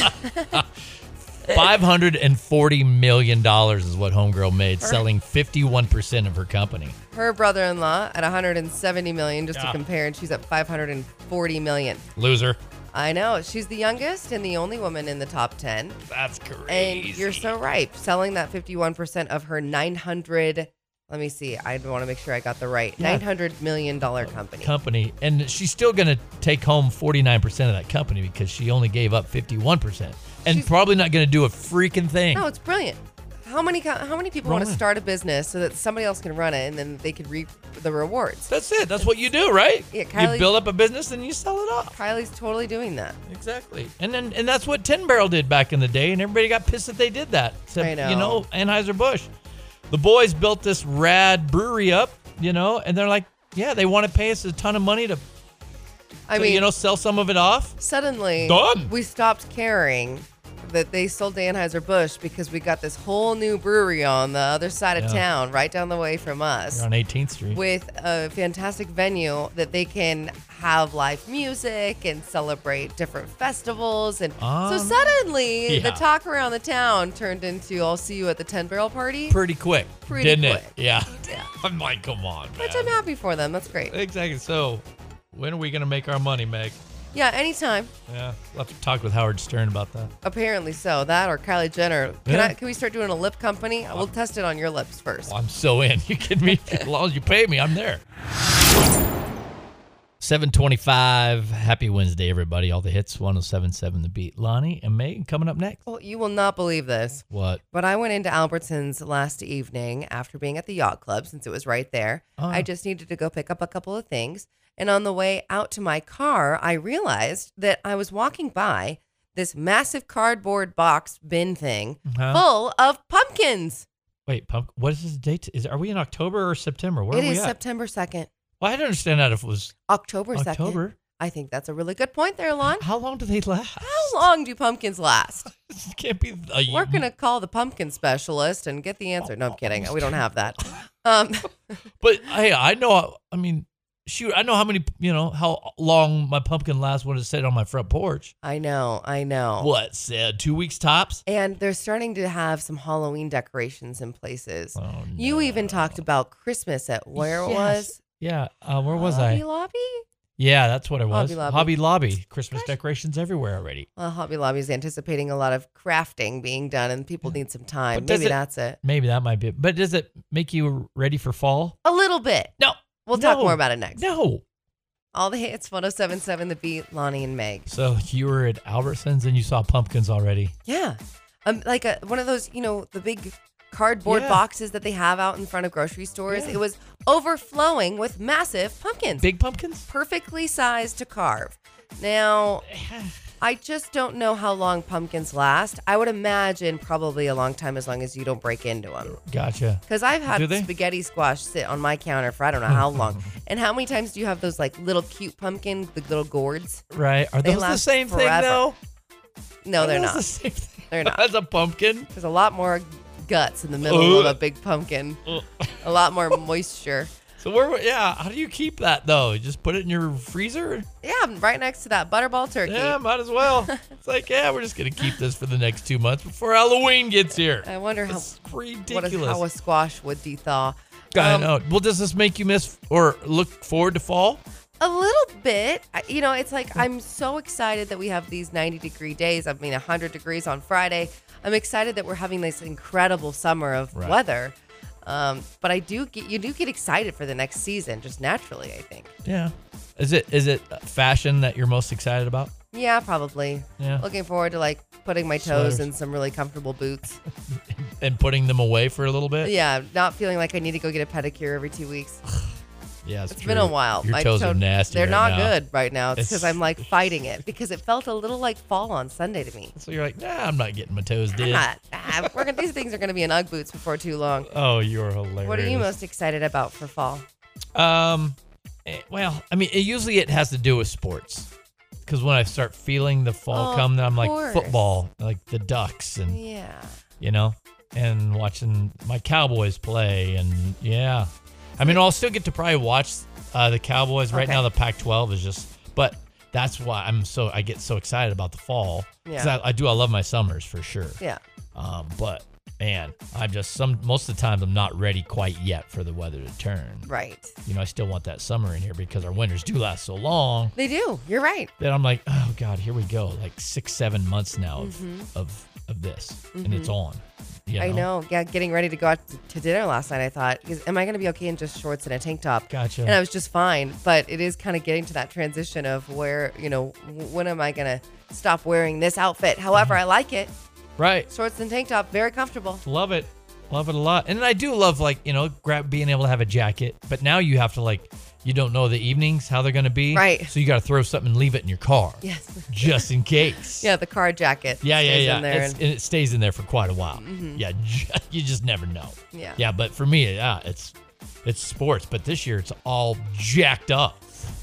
[SPEAKER 4] Five hundred and forty million dollars is what Homegirl made, selling fifty-one percent of her company.
[SPEAKER 3] her brother-in-law at 170 million just
[SPEAKER 4] Yeah.
[SPEAKER 3] to compare and she's at 540 million
[SPEAKER 4] Loser.
[SPEAKER 3] i know she's the youngest and the only woman in the top 10
[SPEAKER 4] That's
[SPEAKER 3] and
[SPEAKER 4] crazy.
[SPEAKER 3] you're so right selling that 51% of her 900 let me see i want to make sure i got the right
[SPEAKER 4] Yeah.
[SPEAKER 3] 900 million dollar company
[SPEAKER 4] company and she's still going to take home 49% of that company because she only gave up 51% and
[SPEAKER 3] She's-
[SPEAKER 4] probably not going to do a freaking thing
[SPEAKER 3] no it's brilliant how many co- how many people
[SPEAKER 4] Wrong
[SPEAKER 3] want to
[SPEAKER 4] way.
[SPEAKER 3] start a business so that somebody else can run it and then they can reap the rewards
[SPEAKER 4] that's it that's what you do right
[SPEAKER 3] Yeah, Kylie-
[SPEAKER 4] you build up a business and you sell it off
[SPEAKER 3] kylie's totally doing that
[SPEAKER 4] exactly and then and that's what 10 barrel did back in the day and everybody got pissed that they did that except,
[SPEAKER 3] I know.
[SPEAKER 4] you know anheuser-busch the boys built this rad brewery up you know and they're like yeah they want to pay us a ton of money to
[SPEAKER 3] i
[SPEAKER 4] to,
[SPEAKER 3] mean
[SPEAKER 4] you know sell some of it off
[SPEAKER 3] suddenly
[SPEAKER 4] Done.
[SPEAKER 3] we stopped caring that they sold to Anheuser-Busch because we got this whole new brewery on the other side of
[SPEAKER 4] Yeah.
[SPEAKER 3] town, right down the way from us,
[SPEAKER 4] They're on 18th street
[SPEAKER 3] with a fantastic venue that they can have live music and celebrate different festivals. And so
[SPEAKER 4] Um,
[SPEAKER 3] suddenly the
[SPEAKER 4] yeah.
[SPEAKER 3] talk around the town turned into I'll see you at the 10 barrel party,
[SPEAKER 4] pretty quick
[SPEAKER 3] Pretty
[SPEAKER 4] didn't
[SPEAKER 3] quick.
[SPEAKER 4] it yeah i'm like come on man.
[SPEAKER 3] which I'm happy for them. That's great.
[SPEAKER 4] Exactly. So, when are we going to make our money, Meg?
[SPEAKER 3] Yeah, anytime.
[SPEAKER 4] Yeah, we'll have to talk with Howard Stern about that.
[SPEAKER 3] Apparently so. That or Kylie Jenner. Can
[SPEAKER 4] Yeah.
[SPEAKER 3] I? Can we start doing a lip company? We'll test it on your lips first.
[SPEAKER 4] Well, I'm so in. You kidding me? As long as you pay me, I'm there. 725. Happy Wednesday, everybody. All the hits, 1077 The Beat. Lonnie and Megan coming up next.
[SPEAKER 3] Well, you will not believe this.
[SPEAKER 4] What?
[SPEAKER 3] But I went into Albertsons last evening after being at the yacht club since it was right there.
[SPEAKER 4] Oh, yeah.
[SPEAKER 3] I just needed to go pick up a couple of things. And on the way out to my car, I realized that I was walking by this massive cardboard box bin thing
[SPEAKER 4] Uh-huh.
[SPEAKER 3] full of pumpkins.
[SPEAKER 4] Wait, pump. What is this date? Is Are we in October or September? Where
[SPEAKER 3] It
[SPEAKER 4] are we
[SPEAKER 3] is
[SPEAKER 4] at?
[SPEAKER 3] September 2nd,
[SPEAKER 4] well, I don't understand that if it was
[SPEAKER 3] October 2nd.
[SPEAKER 4] October.
[SPEAKER 3] I think that's a really good point there, Lon.
[SPEAKER 4] How long do they last?
[SPEAKER 3] How long do pumpkins last?
[SPEAKER 4] This can't be a year.
[SPEAKER 3] We're going to call the pumpkin specialist and get the answer. No, I'm kidding. We don't have that. Um,
[SPEAKER 4] But hey, I know. I mean, shoot, I know how many. You know how long my pumpkin lasts when it's set on my front porch.
[SPEAKER 3] I know. I know.
[SPEAKER 4] What? Said two weeks tops.
[SPEAKER 3] And they're starting to have some Halloween decorations in places.
[SPEAKER 4] Oh,
[SPEAKER 3] You even
[SPEAKER 4] no.
[SPEAKER 3] talked about Christmas at where it
[SPEAKER 4] Yes.
[SPEAKER 3] was
[SPEAKER 4] Yeah. Uh, where was
[SPEAKER 3] Hobby
[SPEAKER 4] I?
[SPEAKER 3] Lobby.
[SPEAKER 4] Yeah, that's what it was.
[SPEAKER 3] Hobby Lobby.
[SPEAKER 4] Lobby. Christmas decorations everywhere already.
[SPEAKER 3] Well, Hobby Lobby is anticipating a lot of crafting being done, and people need some time.
[SPEAKER 4] But does
[SPEAKER 3] Maybe
[SPEAKER 4] it-
[SPEAKER 3] that's it.
[SPEAKER 4] Maybe that might be. it. But does it make you ready for fall?
[SPEAKER 3] A little bit.
[SPEAKER 4] No.
[SPEAKER 3] We'll talk
[SPEAKER 4] No.
[SPEAKER 3] more about it next.
[SPEAKER 4] No.
[SPEAKER 3] All the hits, 1077 The Beat, Lonnie and Meg.
[SPEAKER 4] So you were at Albertsons and you saw pumpkins already.
[SPEAKER 3] Yeah. Um, like a, one of those, you know, the big cardboard
[SPEAKER 4] Yeah.
[SPEAKER 3] boxes that they have out in front of grocery stores.
[SPEAKER 4] Yeah.
[SPEAKER 3] It was overflowing with massive pumpkins.
[SPEAKER 4] Big pumpkins?
[SPEAKER 3] perfectly sized to carve. Now, I just don't know how long pumpkins last. I would imagine probably a long time as long as you don't break into them.
[SPEAKER 4] Gotcha.
[SPEAKER 3] Because I've
[SPEAKER 4] Do
[SPEAKER 3] had
[SPEAKER 4] they?
[SPEAKER 3] spaghetti squash sit on my counter for I don't know how long. and how many times do you have those like little cute pumpkin, the little gourds?
[SPEAKER 4] Right. Are
[SPEAKER 3] They
[SPEAKER 4] those the
[SPEAKER 3] last
[SPEAKER 4] same thing
[SPEAKER 3] forever.
[SPEAKER 4] though?
[SPEAKER 3] No,
[SPEAKER 4] Are
[SPEAKER 3] they're
[SPEAKER 4] those
[SPEAKER 3] not.
[SPEAKER 4] The same thing?
[SPEAKER 3] They're not.
[SPEAKER 4] That's a pumpkin.
[SPEAKER 3] There's a lot more guts in the middle of a big pumpkin, a lot more moisture.
[SPEAKER 4] So where? Yeah. How do you keep that though? You just put it in your freezer.
[SPEAKER 3] Yeah, right next to that butterball turkey.
[SPEAKER 4] Yeah, might as well. it's like, yeah, we're just gonna keep this for the next two months before Halloween gets here.
[SPEAKER 3] I wonder how
[SPEAKER 4] It's
[SPEAKER 3] what is,
[SPEAKER 4] ridiculous.
[SPEAKER 3] how a squash would dethaw.
[SPEAKER 4] I
[SPEAKER 3] Um,
[SPEAKER 4] know. Well, does this make you miss or look forward to fall?
[SPEAKER 3] A little bit. I- You know, it's like I'm so excited that we have these 90 degree days. I mean, 100 degrees on Friday. I'm excited that we're having this incredible summer of
[SPEAKER 4] Right.
[SPEAKER 3] weather. Um, but I do get you do get excited for the next season just naturally. I think.
[SPEAKER 4] Yeah. Is it is it fashion that you're most excited about?
[SPEAKER 3] Yeah, probably.
[SPEAKER 4] Yeah.
[SPEAKER 3] Looking forward to like putting my toes
[SPEAKER 4] Sweaters.
[SPEAKER 3] in some really comfortable boots.
[SPEAKER 4] And putting them away for a little bit?
[SPEAKER 3] yeah, not feeling like I need to go get a pedicure every two weeks.
[SPEAKER 4] Yeah, it's
[SPEAKER 3] It's been a
[SPEAKER 4] true.
[SPEAKER 3] while.
[SPEAKER 4] Your
[SPEAKER 3] My
[SPEAKER 4] toes
[SPEAKER 3] toe-
[SPEAKER 4] are nasty.
[SPEAKER 3] They're
[SPEAKER 4] right
[SPEAKER 3] not
[SPEAKER 4] now.
[SPEAKER 3] good right now. It's because
[SPEAKER 4] It's-
[SPEAKER 3] I'm like fighting it because it felt a little like fall on Sunday to me.
[SPEAKER 4] So you're like, nah, I'm not getting my toes
[SPEAKER 3] I'm
[SPEAKER 4] did.
[SPEAKER 3] not. Ah, we're gonna, these things are going to be in Ugg boots before too long.
[SPEAKER 4] Oh, you're hilarious.
[SPEAKER 3] What are you most excited about for fall?
[SPEAKER 4] Um, eh, well, I mean, it, usually it has to do with sports. Because when I start feeling the fall
[SPEAKER 3] Oh,
[SPEAKER 4] come,
[SPEAKER 3] of
[SPEAKER 4] then I'm like
[SPEAKER 3] course.
[SPEAKER 4] football, like the Ducks, and
[SPEAKER 3] Yeah.
[SPEAKER 4] you know, and watching my Cowboys play, and yeah, I mean, I'll still get to probably watch uh, the Cowboys. Right
[SPEAKER 3] Okay.
[SPEAKER 4] now, the Pac-12 is just, but that's why I'm so I get so excited about the fall. 'Cause
[SPEAKER 3] Yeah.
[SPEAKER 4] I, I do. I love my summers for sure.
[SPEAKER 3] Yeah.
[SPEAKER 4] Um, but man, I'm just some most of the times I'm not ready quite yet for the weather to turn.
[SPEAKER 3] Right.
[SPEAKER 4] You know, I still want that summer in here because our winters do last so long
[SPEAKER 3] They do. You're right.
[SPEAKER 4] that I'm like, oh god, here we go, like six, seven months now of of, of this, and it's on. You
[SPEAKER 3] Mm-hmm. I know. Yeah. Getting ready to go out t- to dinner last night, I thought, is, am I going to be okay in just shorts and a tank top?
[SPEAKER 4] Gotcha.
[SPEAKER 3] And I was just fine. But it is kind of getting to that transition of where, you know, w- when am I going to stop wearing this outfit?
[SPEAKER 4] Mm-hmm.
[SPEAKER 3] However, I like it.
[SPEAKER 4] Right.
[SPEAKER 3] Shorts and tank top, very comfortable.
[SPEAKER 4] Love it. Love it a lot. And I do love like, you know, grab being able to have a jacket, but now you have to like you don't know the evenings how they're going to be.
[SPEAKER 3] Right.
[SPEAKER 4] So you got to throw something and leave it in your car.
[SPEAKER 3] Yes.
[SPEAKER 4] Just in case.
[SPEAKER 3] Yeah, the car jacket.
[SPEAKER 4] Yeah, yeah,
[SPEAKER 3] stays
[SPEAKER 4] yeah.
[SPEAKER 3] In there
[SPEAKER 4] It's-
[SPEAKER 3] and- Mm-hmm.
[SPEAKER 4] and it stays in there for quite a while. Yeah, ju- you just never know.
[SPEAKER 3] Yeah.
[SPEAKER 4] Yeah, but for me, yeah, it's it's sports, but this year it's all jacked up.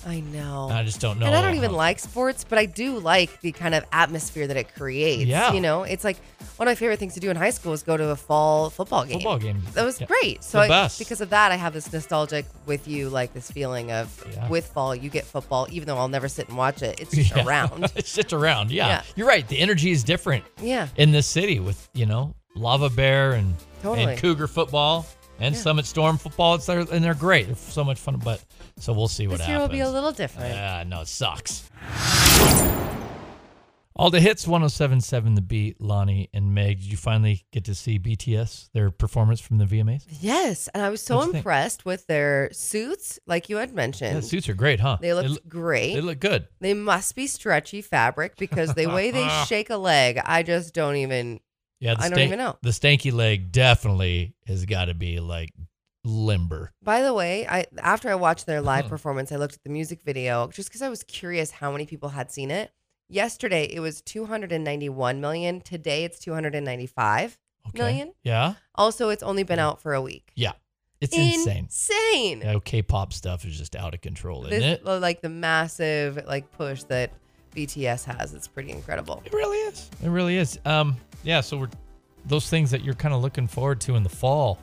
[SPEAKER 3] I know.
[SPEAKER 4] I just don't know.
[SPEAKER 3] And I don't even
[SPEAKER 4] how-
[SPEAKER 3] like sports, but I do like the kind of atmosphere that it creates.
[SPEAKER 4] Yeah.
[SPEAKER 3] You know, it's like one of my favorite things to do in high school is go to a fall football game.
[SPEAKER 4] Football game.
[SPEAKER 3] That was
[SPEAKER 4] Yeah.
[SPEAKER 3] great. So
[SPEAKER 4] The
[SPEAKER 3] I,
[SPEAKER 4] best.
[SPEAKER 3] because of that, I have this nostalgic with you, like this feeling of
[SPEAKER 4] Yeah.
[SPEAKER 3] with fall, you get football, even though I'll never sit and watch it. It's just
[SPEAKER 4] Yeah.
[SPEAKER 3] around.
[SPEAKER 4] it's just around. Yeah.
[SPEAKER 3] Yeah.
[SPEAKER 4] You're right. The energy is different
[SPEAKER 3] Yeah.
[SPEAKER 4] in this city with, you know, Lava Bear and,
[SPEAKER 3] Totally.
[SPEAKER 4] and Cougar football. and Summit Storm football. It's there, and they're great. They're so much fun. But so we'll see what
[SPEAKER 3] This year
[SPEAKER 4] happens.
[SPEAKER 3] will be a little different.
[SPEAKER 4] Yeah, no, it sucks. All the hits, 1077 The Beat, Lonnie and Meg. Did you finally get to see BTS, their performance from the VMAs?
[SPEAKER 3] Yes, and I was so
[SPEAKER 4] What'd you think?
[SPEAKER 3] impressed with their suits, like you had mentioned.
[SPEAKER 4] Yeah, the suits are great, huh?
[SPEAKER 3] They looked
[SPEAKER 4] look-
[SPEAKER 3] great.
[SPEAKER 4] They look good.
[SPEAKER 3] They must be stretchy fabric because the way they shake a leg, I just don't even.
[SPEAKER 4] Yeah, the
[SPEAKER 3] I don't
[SPEAKER 4] stank-
[SPEAKER 3] even know.
[SPEAKER 4] The stanky leg definitely has got to be like limber.
[SPEAKER 3] By the way, I after I watched their live
[SPEAKER 4] Mhm.
[SPEAKER 3] performance, I looked at the music video just because I was curious how many people had seen it. Yesterday, it was 291 million. Today, it's 295
[SPEAKER 4] Okay.
[SPEAKER 3] million.
[SPEAKER 4] Yeah,
[SPEAKER 3] Also, it's only been out for a week.
[SPEAKER 4] yeah, Hmm. it's insane.
[SPEAKER 3] Insane.
[SPEAKER 4] Yeah, K-pop stuff is just out of control, isn't
[SPEAKER 3] This- uh,
[SPEAKER 4] it?
[SPEAKER 3] Like the massive like push that BTS has. It's pretty incredible.
[SPEAKER 4] It really is. It really is. Um, yeah. So we're those things that you're kind of looking forward to in the fall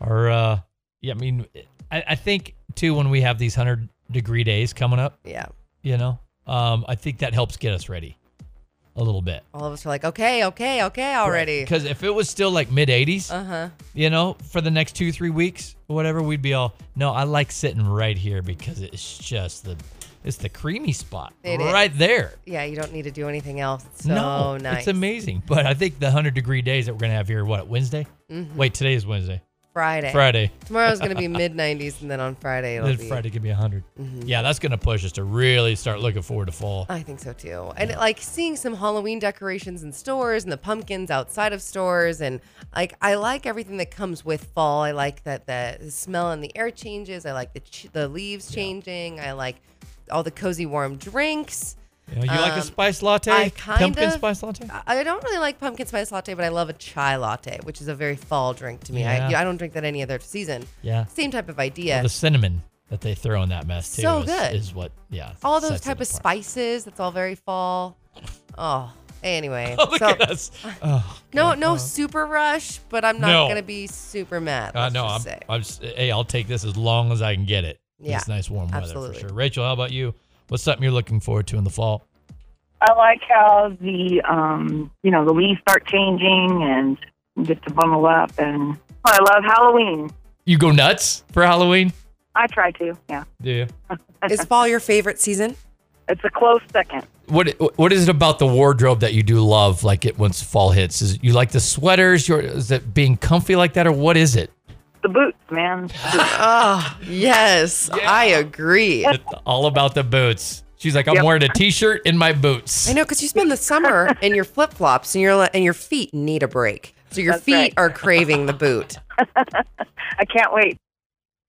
[SPEAKER 4] are. Uh, yeah, I mean, I, I think too when we have these hundred degree days coming up,
[SPEAKER 3] Yeah.
[SPEAKER 4] you know, um, I think that helps get us ready a little bit
[SPEAKER 3] All of us are like, okay, okay, okay, already.
[SPEAKER 4] Because if it was still like mid 80s,
[SPEAKER 3] Uh huh.
[SPEAKER 4] you know, for the next two, three weeks, or whatever, we'd be all, no, I like sitting right here because it's just the, it's the creamy spot
[SPEAKER 3] It is.
[SPEAKER 4] right there.
[SPEAKER 3] Yeah, you don't need to do anything else. It's so
[SPEAKER 4] no,
[SPEAKER 3] nice.
[SPEAKER 4] it's amazing. But I think the 100 degree days that we're going to have here, what, Wednesday?
[SPEAKER 3] Mm-hmm.
[SPEAKER 4] Wait, today is Wednesday.
[SPEAKER 3] Friday.
[SPEAKER 4] Friday.
[SPEAKER 3] Tomorrow's gonna be mid 90s, and then on Friday it'll
[SPEAKER 4] Then
[SPEAKER 3] be. Mm-hmm.
[SPEAKER 4] Friday could be 100. Yeah, that's going to push us to really start looking forward to fall.
[SPEAKER 3] I think so too. And like seeing some Halloween decorations in stores and the pumpkins outside of stores and like I like everything that comes with fall. I like that the smell in the air changes. I like the ch- the leaves changing. I like all the cozy warm drinks.
[SPEAKER 4] You, know, you like
[SPEAKER 3] um,
[SPEAKER 4] a spice latte?
[SPEAKER 3] I kind
[SPEAKER 4] Pumpkin
[SPEAKER 3] of-
[SPEAKER 4] spice latte?
[SPEAKER 3] I- I don't really like pumpkin spice latte, but I love a chai latte, which is a very fall drink to me.
[SPEAKER 4] Yeah.
[SPEAKER 3] I, I don't drink that any other season.
[SPEAKER 4] Yeah.
[SPEAKER 3] Same type of idea.
[SPEAKER 4] The cinnamon that they throw in that mess, too.
[SPEAKER 3] So
[SPEAKER 4] is,
[SPEAKER 3] good.
[SPEAKER 4] Is what, yeah.
[SPEAKER 3] all those
[SPEAKER 4] sets it
[SPEAKER 3] type of
[SPEAKER 4] apart.
[SPEAKER 3] spices. That's all very fall. Oh, anyway.
[SPEAKER 4] Look
[SPEAKER 3] so
[SPEAKER 4] at us. Oh,
[SPEAKER 3] no, no super rush, but I'm not
[SPEAKER 4] No.
[SPEAKER 3] gonna be super mad.
[SPEAKER 4] Uh,
[SPEAKER 3] Let's
[SPEAKER 4] no,
[SPEAKER 3] just
[SPEAKER 4] I'm,
[SPEAKER 3] say.
[SPEAKER 4] I'm just, hey, I'll take this as long as I can get it.
[SPEAKER 3] Yeah,
[SPEAKER 4] It's nice warm weather
[SPEAKER 3] absolutely.
[SPEAKER 4] for sure. Rachel, how about you? What's something you're looking forward to in the fall?
[SPEAKER 8] I like how the um, you know the leaves start changing and you get to bundle up, and I love Halloween.
[SPEAKER 4] You go nuts for Halloween?
[SPEAKER 8] I try to, yeah.
[SPEAKER 4] Do you?
[SPEAKER 3] Is fall your favorite season?
[SPEAKER 8] It's a close second.
[SPEAKER 4] What What is it about the wardrobe that you do love? Like it once fall hits, is it- you like the sweaters? Your is it being comfy like that, or what is it?
[SPEAKER 8] The boots, man.
[SPEAKER 3] Oh, yes, I agree. I
[SPEAKER 4] It's all about the boots. She's like, I'm wearing a t-shirt in my boots.
[SPEAKER 3] know, because you spend the summer in your flip flops and your li- and your feet need a break. So your
[SPEAKER 8] That's
[SPEAKER 3] feet
[SPEAKER 8] right.
[SPEAKER 3] are craving the boot.
[SPEAKER 8] I can't wait.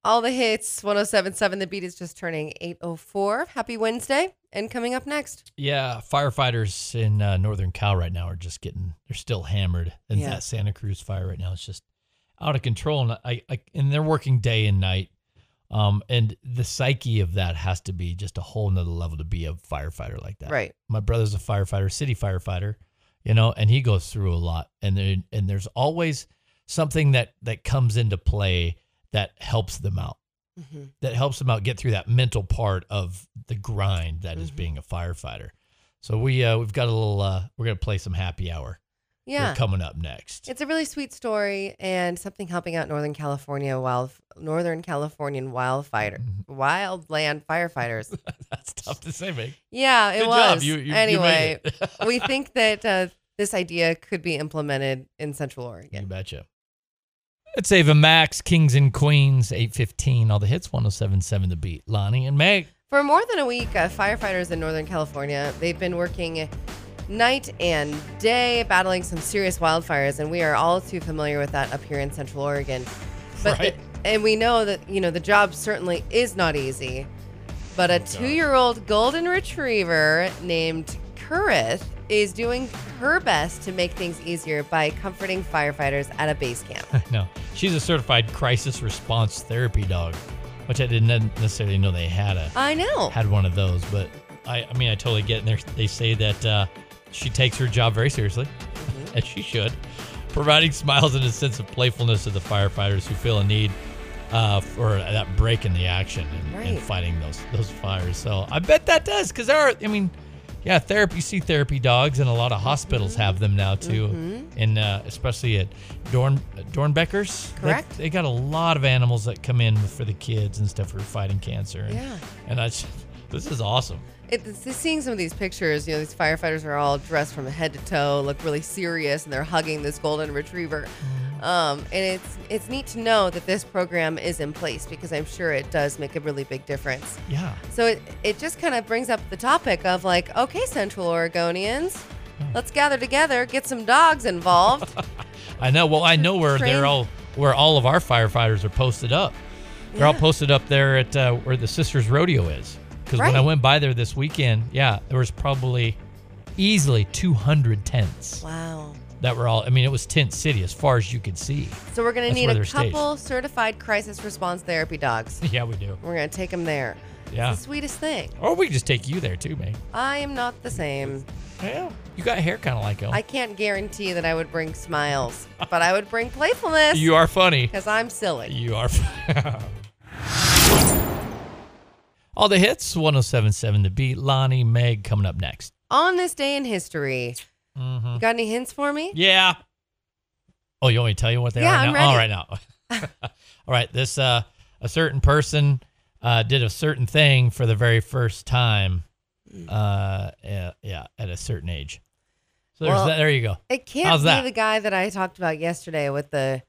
[SPEAKER 3] All the hits, 1077 The Beat is just turning 804. Happy Wednesday. And coming up next,
[SPEAKER 4] Yeah, firefighters in uh, Northern Cal right now are just getting, they're still hammered. And
[SPEAKER 3] Yeah.
[SPEAKER 4] that Santa Cruz fire right now is just out of control. And I, I, and they're working day and night. Um, and the psyche of that has to be just a whole nother level to be a firefighter like that.
[SPEAKER 3] right.
[SPEAKER 4] My brother's a firefighter, city firefighter, you know, and he goes through a lot. And there, and there's always something that that comes into play that helps them out
[SPEAKER 3] hmm
[SPEAKER 4] that helps them out get through that mental part of the grind that is
[SPEAKER 3] Mhm.
[SPEAKER 4] being a firefighter. So we uh, we've got a little uh, we're gonna play some happy hour here
[SPEAKER 3] Yeah.
[SPEAKER 4] coming up next.
[SPEAKER 3] It's a really sweet story and something helping out Northern California wild Northern Californian wildfighter
[SPEAKER 4] Mm-hmm.
[SPEAKER 3] wildland firefighters.
[SPEAKER 4] That's tough to say, man.
[SPEAKER 3] Yeah, it
[SPEAKER 4] Good
[SPEAKER 3] was.
[SPEAKER 4] job. You, you, you made
[SPEAKER 3] anyway,
[SPEAKER 4] it.
[SPEAKER 3] we think that uh, this idea could be implemented in Central
[SPEAKER 4] You
[SPEAKER 3] Oregon.
[SPEAKER 4] betcha. It's Ava Max, Kings and Queens, 815, all the hits, 1077 the beat. Lonnie and Meg.
[SPEAKER 3] For more than a week, uh, firefighters in Northern California they've been working night and day battling some serious wildfires, and we are all too familiar with that up here in Central Oregon.
[SPEAKER 4] Right.
[SPEAKER 3] and we know that you know the job certainly is not easy. But a two-year-old golden retriever named Kurith is doing her best to make things easier by comforting firefighters at a base camp.
[SPEAKER 4] No, she's a certified crisis response therapy dog, which I didn't necessarily know they had a.
[SPEAKER 3] I know.
[SPEAKER 4] had one of those, but I, I mean, I totally get. it. And they're- they say that uh, she takes her job very seriously,
[SPEAKER 3] Mm-hmm.
[SPEAKER 4] as she should, providing smiles and a sense of playfulness to the firefighters who feel a need uh, for that break in the action and, and
[SPEAKER 3] Right.
[SPEAKER 4] fighting those those fires. So I bet that does, because there are. I mean, yeah, Yeah, therapy. You see therapy dogs, and a lot of hospitals
[SPEAKER 3] Mm-hmm.
[SPEAKER 4] have them now too, and uh, especially at Dorn uh, Dornbeckers. They-
[SPEAKER 3] Correct.
[SPEAKER 4] They, got a lot of animals that come in for the kids and stuff for fighting cancer. And,
[SPEAKER 3] Yeah.
[SPEAKER 4] And I, just- this is awesome.
[SPEAKER 3] It, it's just seeing some of these pictures, you know, these firefighters are all dressed from head to toe, look really serious, and they're hugging this golden retriever.
[SPEAKER 4] Mm-hmm.
[SPEAKER 3] Um, and it's it's neat to know that this program is in place because I'm sure it does make a really big difference.
[SPEAKER 4] Yeah.
[SPEAKER 3] So it, it just kind of brings up the topic of like, okay, Central Oregonians,
[SPEAKER 4] Hmm.
[SPEAKER 3] let's gather together, get some dogs involved.
[SPEAKER 4] I know. Well, I know where
[SPEAKER 3] Train-
[SPEAKER 4] they're all where all of our firefighters are posted up. They're all
[SPEAKER 3] Yeah.
[SPEAKER 4] posted up there at uh, where the Sisters Rodeo is. Because when I
[SPEAKER 3] Right.
[SPEAKER 4] went by there this weekend, yeah, there was probably easily 200 tents
[SPEAKER 3] wow.
[SPEAKER 4] that were all. I mean, it was tent city as far as you could see.
[SPEAKER 3] So we're going to
[SPEAKER 4] That's
[SPEAKER 3] need
[SPEAKER 4] where
[SPEAKER 3] a
[SPEAKER 4] they're staged.
[SPEAKER 3] couple certified crisis response therapy dogs.
[SPEAKER 4] Yeah, we do.
[SPEAKER 3] We're going to take them there.
[SPEAKER 4] Yeah.
[SPEAKER 3] It's the sweetest thing.
[SPEAKER 4] Or we could just take you there too, man.
[SPEAKER 3] I am not the same.
[SPEAKER 4] Yeah. You got hair kind of like El.
[SPEAKER 3] I can't guarantee that I would bring smiles, but I would bring playfulness
[SPEAKER 4] you are funny.
[SPEAKER 3] because I'm silly.
[SPEAKER 4] You are. all the hits. 107.7 The Beat. Lonnie Meg coming up next.
[SPEAKER 3] On this day in history, you got any hints for me?
[SPEAKER 4] Mm-hmm. Yeah. Oh, you want me to tell you what they
[SPEAKER 3] Yeah,
[SPEAKER 4] are
[SPEAKER 3] I'm
[SPEAKER 4] now? All right
[SPEAKER 3] ready.
[SPEAKER 4] now. All right. This uh a certain person uh did a certain thing for the very first time. Uh yeah, yeah at a certain age. So there's
[SPEAKER 3] Well-
[SPEAKER 4] that there you go.
[SPEAKER 3] It can't
[SPEAKER 4] How's
[SPEAKER 3] be
[SPEAKER 4] that?
[SPEAKER 3] the guy that I talked about yesterday with the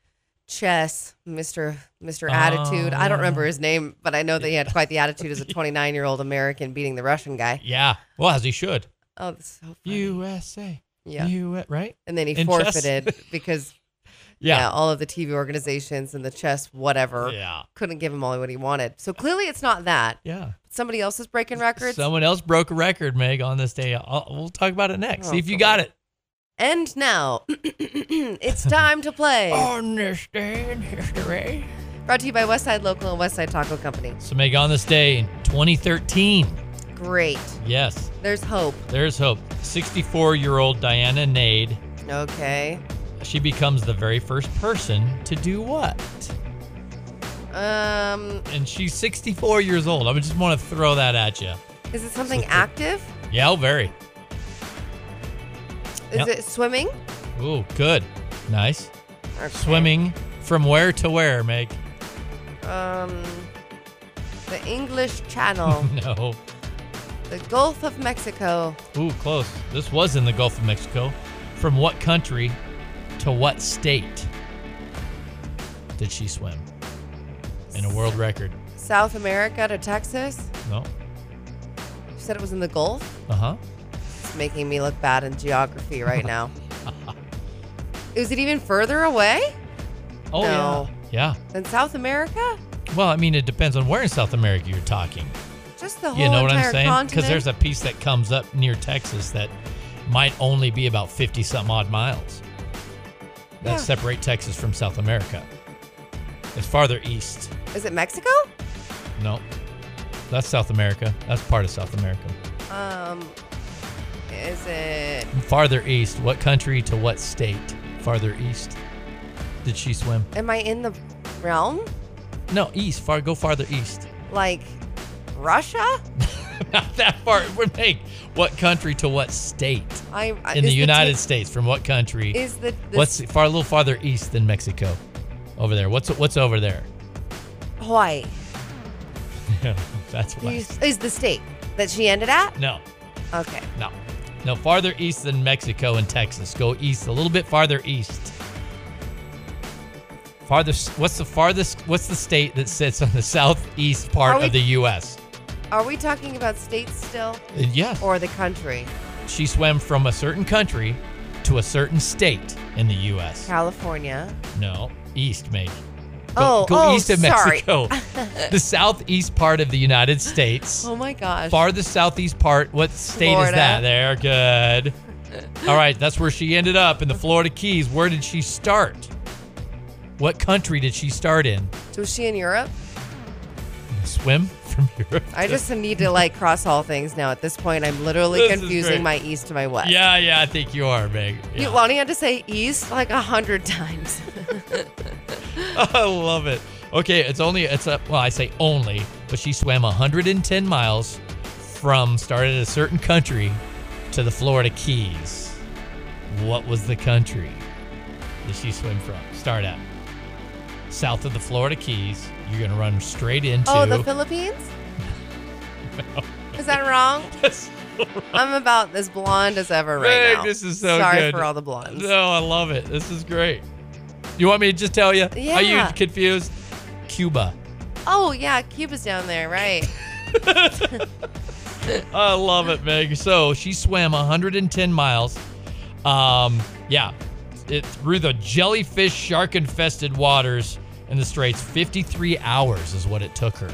[SPEAKER 3] chess, Mr. Mr. attitude. I don't
[SPEAKER 4] Oh.
[SPEAKER 3] remember his name, but I know that he had quite the attitude as a 29 year old American beating the Russian guy.
[SPEAKER 4] Yeah. Well, as he should.
[SPEAKER 3] Oh, that's so funny.
[SPEAKER 4] USA.
[SPEAKER 3] yeah.
[SPEAKER 4] U- right?
[SPEAKER 3] and then he
[SPEAKER 4] in chess.
[SPEAKER 3] forfeited because yeah.
[SPEAKER 4] Yeah.
[SPEAKER 3] all of the TV organizations and the chess whatever
[SPEAKER 4] Yeah.
[SPEAKER 3] couldn't give him all what he wanted. So clearly it's not that.
[SPEAKER 4] Yeah.
[SPEAKER 3] Somebody else is breaking records.
[SPEAKER 4] Someone else broke a record, Meg, on this day. I'll, we'll talk about it next. See if you got it.
[SPEAKER 3] And now it's time to play.
[SPEAKER 4] On this day in history.
[SPEAKER 3] Brought to you by Westside Local and Westside Taco Company.
[SPEAKER 4] So, Meg, on this day in 2013.
[SPEAKER 3] Great.
[SPEAKER 4] Yes.
[SPEAKER 3] There's hope.
[SPEAKER 4] There's hope. 64 year old Diana Nade,
[SPEAKER 3] Okay.
[SPEAKER 4] she becomes the very first person to do what?
[SPEAKER 3] Um,
[SPEAKER 4] And she's 64 years old. I would just want to throw that at you.
[SPEAKER 3] is it something active?
[SPEAKER 4] Yeah, oh, very.
[SPEAKER 3] Is
[SPEAKER 4] Yep.
[SPEAKER 3] it swimming?
[SPEAKER 4] Ooh, good. Nice.
[SPEAKER 3] Okay.
[SPEAKER 4] Swimming from where to where, Meg?
[SPEAKER 3] Um, the English Channel,
[SPEAKER 4] No.
[SPEAKER 3] the Gulf of Mexico.
[SPEAKER 4] Ooh, close. This was in the Gulf of Mexico. From what country to what state did she swim? In a world record.
[SPEAKER 3] South America to Texas.
[SPEAKER 4] No.
[SPEAKER 3] You said it was in the Gulf.
[SPEAKER 4] Uh huh.
[SPEAKER 3] It's making me look bad in geography right now. Is it even further away
[SPEAKER 4] Oh,
[SPEAKER 3] No.
[SPEAKER 4] yeah. Yeah.
[SPEAKER 3] than South America?
[SPEAKER 4] Well, I mean, it depends on where in South America you're talking.
[SPEAKER 3] Just the whole
[SPEAKER 4] You know what
[SPEAKER 3] entire
[SPEAKER 4] I'm saying?
[SPEAKER 3] continent.
[SPEAKER 4] Because there's a piece that comes up near Texas that might only be about 50 some odd miles that
[SPEAKER 3] Yeah.
[SPEAKER 4] separate Texas from South America. It's farther east.
[SPEAKER 3] Is it Mexico?
[SPEAKER 4] No, that's South America. That's part of South America.
[SPEAKER 3] Um, is it
[SPEAKER 4] Farther east. What country to what state? Farther east. Did she swim?
[SPEAKER 3] Am I in the realm?
[SPEAKER 4] No, east. Far. Go farther east.
[SPEAKER 3] Like Russia?
[SPEAKER 4] Not that far. Would make what country to what state
[SPEAKER 3] I I-
[SPEAKER 4] in the
[SPEAKER 3] is
[SPEAKER 4] United
[SPEAKER 3] ta-
[SPEAKER 4] States? From what country?
[SPEAKER 3] is the, the
[SPEAKER 4] What's far a little farther east than Mexico? Over there. What's what's over there?
[SPEAKER 3] Hawaii?
[SPEAKER 4] Yeah, that's west.
[SPEAKER 3] Is is the state that she ended at?
[SPEAKER 4] No,
[SPEAKER 3] Okay.
[SPEAKER 4] no, no. Farther east than Mexico and Texas. Go east a little bit farther east. Farthest. What's the farthest? What's the state that sits on the southeast part
[SPEAKER 3] Are we-
[SPEAKER 4] of the U.S.?
[SPEAKER 3] Are we talking about states still
[SPEAKER 4] Uh, Yes.
[SPEAKER 3] or the country?
[SPEAKER 4] she swam from a certain country to a certain state in the U.S.
[SPEAKER 3] California.
[SPEAKER 4] No, east, maybe.
[SPEAKER 3] Oh,
[SPEAKER 4] go
[SPEAKER 3] oh,
[SPEAKER 4] east of
[SPEAKER 3] sorry.
[SPEAKER 4] Mexico. the southeast part of the United States.
[SPEAKER 3] Oh my gosh.
[SPEAKER 4] Farthest southeast part. What state
[SPEAKER 3] Florida.
[SPEAKER 4] is that? There, good. All right, that's where she ended up in the Florida Keys. Where did she start? What country did she start in?
[SPEAKER 3] Was she in Europe?
[SPEAKER 4] Swim from Europe?
[SPEAKER 3] I
[SPEAKER 4] to-
[SPEAKER 3] just need to like cross all things now. At this point, I'm literally
[SPEAKER 4] This is
[SPEAKER 3] confusing
[SPEAKER 4] great.
[SPEAKER 3] my east to my west.
[SPEAKER 4] Yeah, yeah, I think you are, Meg.
[SPEAKER 3] You-
[SPEAKER 4] Yeah.
[SPEAKER 3] Lonnie had to say east like a hundred times.
[SPEAKER 4] I love it. Okay, it's only it's a well, I say only, but she swam 110 miles from started at a certain country to the Florida Keys, what was the country that she swim from? Start out. South of the Florida Keys, you're gonna run straight into.
[SPEAKER 3] Oh, the Philippines? Is that wrong? I'm about as blonde as ever right
[SPEAKER 4] Meg,
[SPEAKER 3] now.
[SPEAKER 4] this is so
[SPEAKER 3] Sorry
[SPEAKER 4] good.
[SPEAKER 3] for all the blondes.
[SPEAKER 4] No, I love it. This is great. You want me to just tell you? Are
[SPEAKER 3] Yeah.
[SPEAKER 4] you confused? Cuba.
[SPEAKER 3] Oh yeah, Cuba's down there, right?
[SPEAKER 4] I love it, Meg. So she swam 110 miles. Um, yeah, it through the jellyfish shark-infested waters in the straits. 53 hours is what it took her.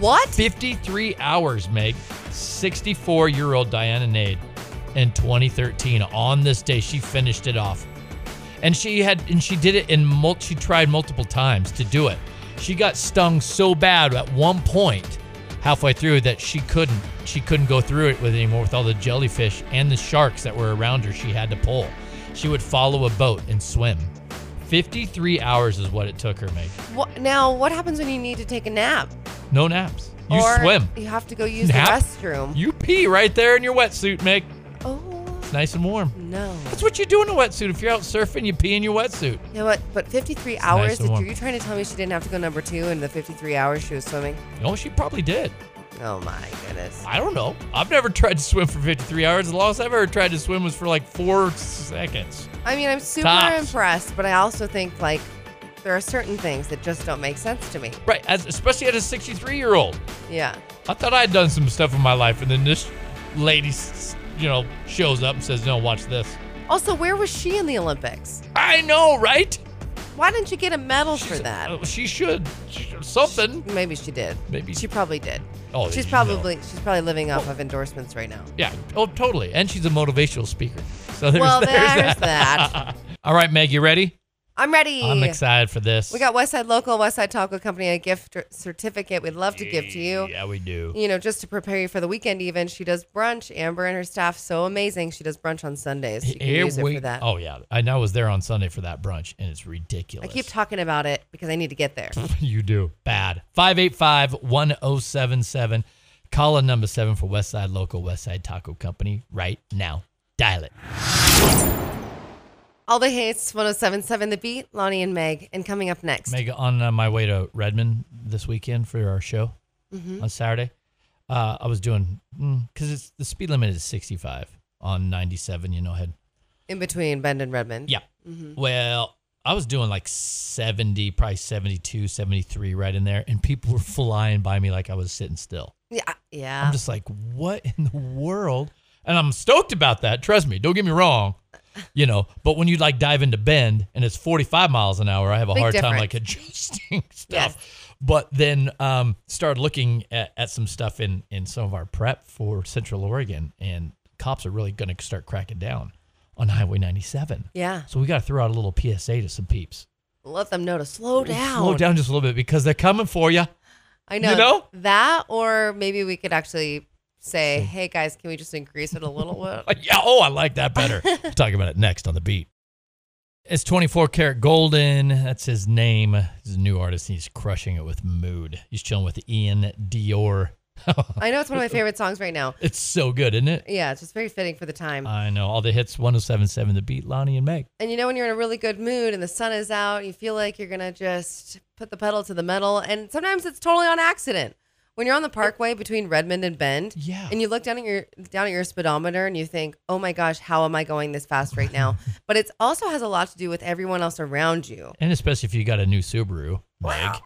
[SPEAKER 3] What?
[SPEAKER 4] 53 hours, Meg. 64 year old Diana Nade in 2013. On this day, she finished it off. And she had, and she did it in mul- she tried multiple times to do it. She got stung so bad at one point halfway through that she couldn't, she couldn't go through it with anymore with all the jellyfish and the sharks that were around her. She had to pull. She would follow a boat and swim. 53 hours is what it took her, Meg.
[SPEAKER 3] what? Now, what happens when you need to take a nap?
[SPEAKER 4] No naps. You
[SPEAKER 3] or
[SPEAKER 4] swim.
[SPEAKER 3] You have to go use
[SPEAKER 4] Nap?
[SPEAKER 3] the restroom.
[SPEAKER 4] You pee right there in your wetsuit, Mick.
[SPEAKER 3] oh
[SPEAKER 4] It's nice and warm.
[SPEAKER 3] no!
[SPEAKER 4] That's what you do in a wetsuit. If you're out surfing, you pee in your wetsuit.
[SPEAKER 3] You know what? But 53
[SPEAKER 4] nice
[SPEAKER 3] hours.
[SPEAKER 4] and
[SPEAKER 3] did,
[SPEAKER 4] warm.
[SPEAKER 3] were you trying to tell me she didn't have to go number two in the 53 hours she was swimming?
[SPEAKER 4] No, she probably did.
[SPEAKER 3] Oh my goodness!
[SPEAKER 4] I don't know. I've never tried to swim for 53 hours. The longest I've ever tried to swim was for like four seconds.
[SPEAKER 3] I mean, I'm super
[SPEAKER 4] Tops.
[SPEAKER 3] impressed, but I also think like there are certain things that just don't make sense to me.
[SPEAKER 4] Right, as, especially at a 63 year old.
[SPEAKER 3] Yeah.
[SPEAKER 4] I thought I'd done some stuff in my life, and then this lady, s- you know, shows up and says, "No, watch this."
[SPEAKER 3] Also, where was she in the Olympics?
[SPEAKER 4] I know, right?
[SPEAKER 3] Why didn't you get a medal for that?
[SPEAKER 4] Uh, she should she should- something.
[SPEAKER 3] Maybe she did.
[SPEAKER 4] Maybe.
[SPEAKER 3] she probably did.
[SPEAKER 4] Oh,
[SPEAKER 3] she's
[SPEAKER 4] you know. Oh.
[SPEAKER 3] probably she's probably living off of endorsements right now.
[SPEAKER 4] Yeah. Oh, totally. And she's a motivational speaker. So there's,
[SPEAKER 3] well, there's,
[SPEAKER 4] there's
[SPEAKER 3] that.
[SPEAKER 4] All right, Meg, you ready?
[SPEAKER 3] I'm ready.
[SPEAKER 4] I'm excited for this.
[SPEAKER 3] We got Westside Local, Westside Taco Company a gift certificate we'd love to give to you.
[SPEAKER 4] Yeah, we do.
[SPEAKER 3] You know, just to prepare you for the weekend even. She does brunch. Amber and her staff so amazing. She does brunch on Sundays. You can
[SPEAKER 4] Here
[SPEAKER 3] use it
[SPEAKER 4] we-
[SPEAKER 3] for that.
[SPEAKER 4] Oh yeah, I know. I was there on Sunday for that brunch, and it's
[SPEAKER 3] I
[SPEAKER 4] ridiculous.
[SPEAKER 3] keep talking about it because I need to get there.
[SPEAKER 4] you do bad. 585-1077. Call in number seven for Westside Local Westside Taco Company right now. Dial it.
[SPEAKER 3] All the hates, 1077 The Beat, Lonnie and Meg. And coming up next,
[SPEAKER 4] Meg, on uh, my way to Redmond this weekend for our show
[SPEAKER 3] Mm-hmm.
[SPEAKER 4] on Saturday, uh, I was doing because it's the speed limit is 65 on 97. You know, head.
[SPEAKER 3] in between Bend and Redmond.
[SPEAKER 4] Yeah.
[SPEAKER 3] Mm-hmm.
[SPEAKER 4] Well, I was doing like 70, probably 72, 73 right in there, and people were flying by me like I was sitting still.
[SPEAKER 3] Yeah. Yeah.
[SPEAKER 4] I'm just like, what in the world? And I'm stoked about that. Trust me. Don't get me wrong. You know, but when you like dive into bend and it's 45 miles an hour, I have a
[SPEAKER 3] Big
[SPEAKER 4] hard time
[SPEAKER 3] difference.
[SPEAKER 4] like adjusting stuff. But then um, started looking at, at some stuff in in some of our prep for Central Oregon, and cops are really going to start cracking down on Highway 97.
[SPEAKER 3] yeah.
[SPEAKER 4] So we got to throw out a little PSA to some peeps.
[SPEAKER 3] Let them know to slow down.
[SPEAKER 4] Slow down just a little bit because they're coming for you.
[SPEAKER 3] I know,
[SPEAKER 4] You know?
[SPEAKER 3] that, or maybe we could actually say, "Hey guys, can we just increase it a little bit?"
[SPEAKER 4] Yeah. Oh, I like that better. we'll talk about it next on the beat. It's 24 karat golden. That's his name. He's a new artist. and He's crushing it with mood. He's chilling with Ian Dior.
[SPEAKER 3] I know it's one of my favorite songs right now.
[SPEAKER 4] it's so good, isn't it?
[SPEAKER 3] Yeah, it's just very fitting for the time.
[SPEAKER 4] I know. All the hits 1077 The Beat, Lonnie and Meg.
[SPEAKER 3] and you know, when you're in a really good mood and the sun is out, you feel like you're gonna just put the pedal to the metal. And sometimes it's totally on accident. When you're on the parkway between Redmond and Bend,
[SPEAKER 4] Yeah.
[SPEAKER 3] and you look down at your down at your speedometer and you think, "Oh my gosh, how am I going this fast right now?" but it also has a lot to do with everyone else around you.
[SPEAKER 4] And especially if you got a new Subaru, Meg.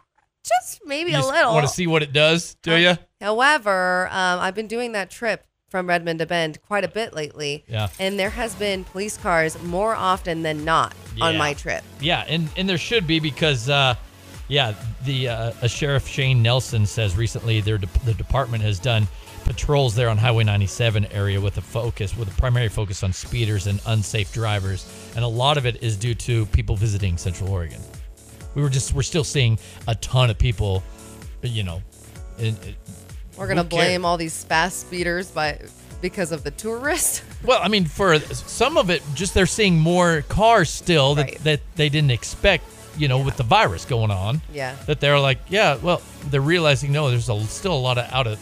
[SPEAKER 3] Just maybe
[SPEAKER 4] you
[SPEAKER 3] a little.
[SPEAKER 4] want to see what it does, do you?
[SPEAKER 3] However, um, I've been doing that trip from Redmond to Bend quite a bit lately.
[SPEAKER 4] Yeah.
[SPEAKER 3] And there has been police cars more often than not on
[SPEAKER 4] Yeah.
[SPEAKER 3] my trip.
[SPEAKER 4] Yeah, and and there should be because, uh, yeah, the uh, uh, sheriff Shane Nelson says recently their de- the department has done patrols there on Highway 97 area with a focus with a primary focus on speeders and unsafe drivers, and a lot of it is due to people visiting Central Oregon. We were just we're still seeing a ton of people, you know, in, in-
[SPEAKER 3] We're gonna
[SPEAKER 4] Who cares?
[SPEAKER 3] blame all these fast speeders by because of the tourists.
[SPEAKER 4] Well, I mean, for some of it, just they're seeing more cars still that,
[SPEAKER 3] Right.
[SPEAKER 4] that they didn't expect, you know, with the virus going on.
[SPEAKER 3] Yeah.
[SPEAKER 4] That they're like, yeah, well, they're realizing, no, there's a, still a lot of out of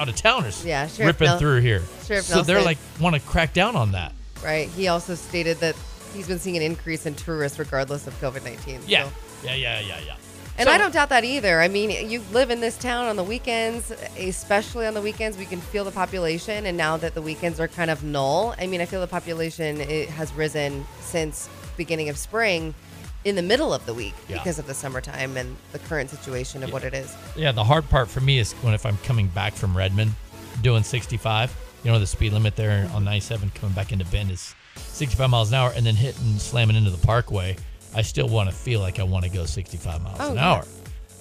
[SPEAKER 4] out of towners
[SPEAKER 3] Yeah, Sheriff
[SPEAKER 4] ripping
[SPEAKER 3] Nel-
[SPEAKER 4] through here.
[SPEAKER 3] Sheriff
[SPEAKER 4] so they're
[SPEAKER 3] Nelson.
[SPEAKER 4] like want to crack down on that.
[SPEAKER 3] right? He also stated that he's been seeing an increase in tourists regardless of COVID 19.
[SPEAKER 4] Yeah, yeah, yeah, yeah, yeah.
[SPEAKER 3] And
[SPEAKER 4] So-
[SPEAKER 3] I don't doubt that either. I mean, you live in this town on the weekends, especially on the weekends, we can feel the population. And now that the weekends are kind of null, I mean, I feel the population it has risen since beginning of spring in the middle of the week
[SPEAKER 4] Yeah.
[SPEAKER 3] because of the summertime and the current situation of what it is.
[SPEAKER 4] Yeah, the hard part for me is when if I'm coming back from Redmond, doing 65. You know the speed limit there on 97 coming back into Bend is 65 miles an hour, and then hitting slamming into the Parkway. I still want to feel like I want to go 65 miles
[SPEAKER 3] Oh,
[SPEAKER 4] an
[SPEAKER 3] yeah.
[SPEAKER 4] hour,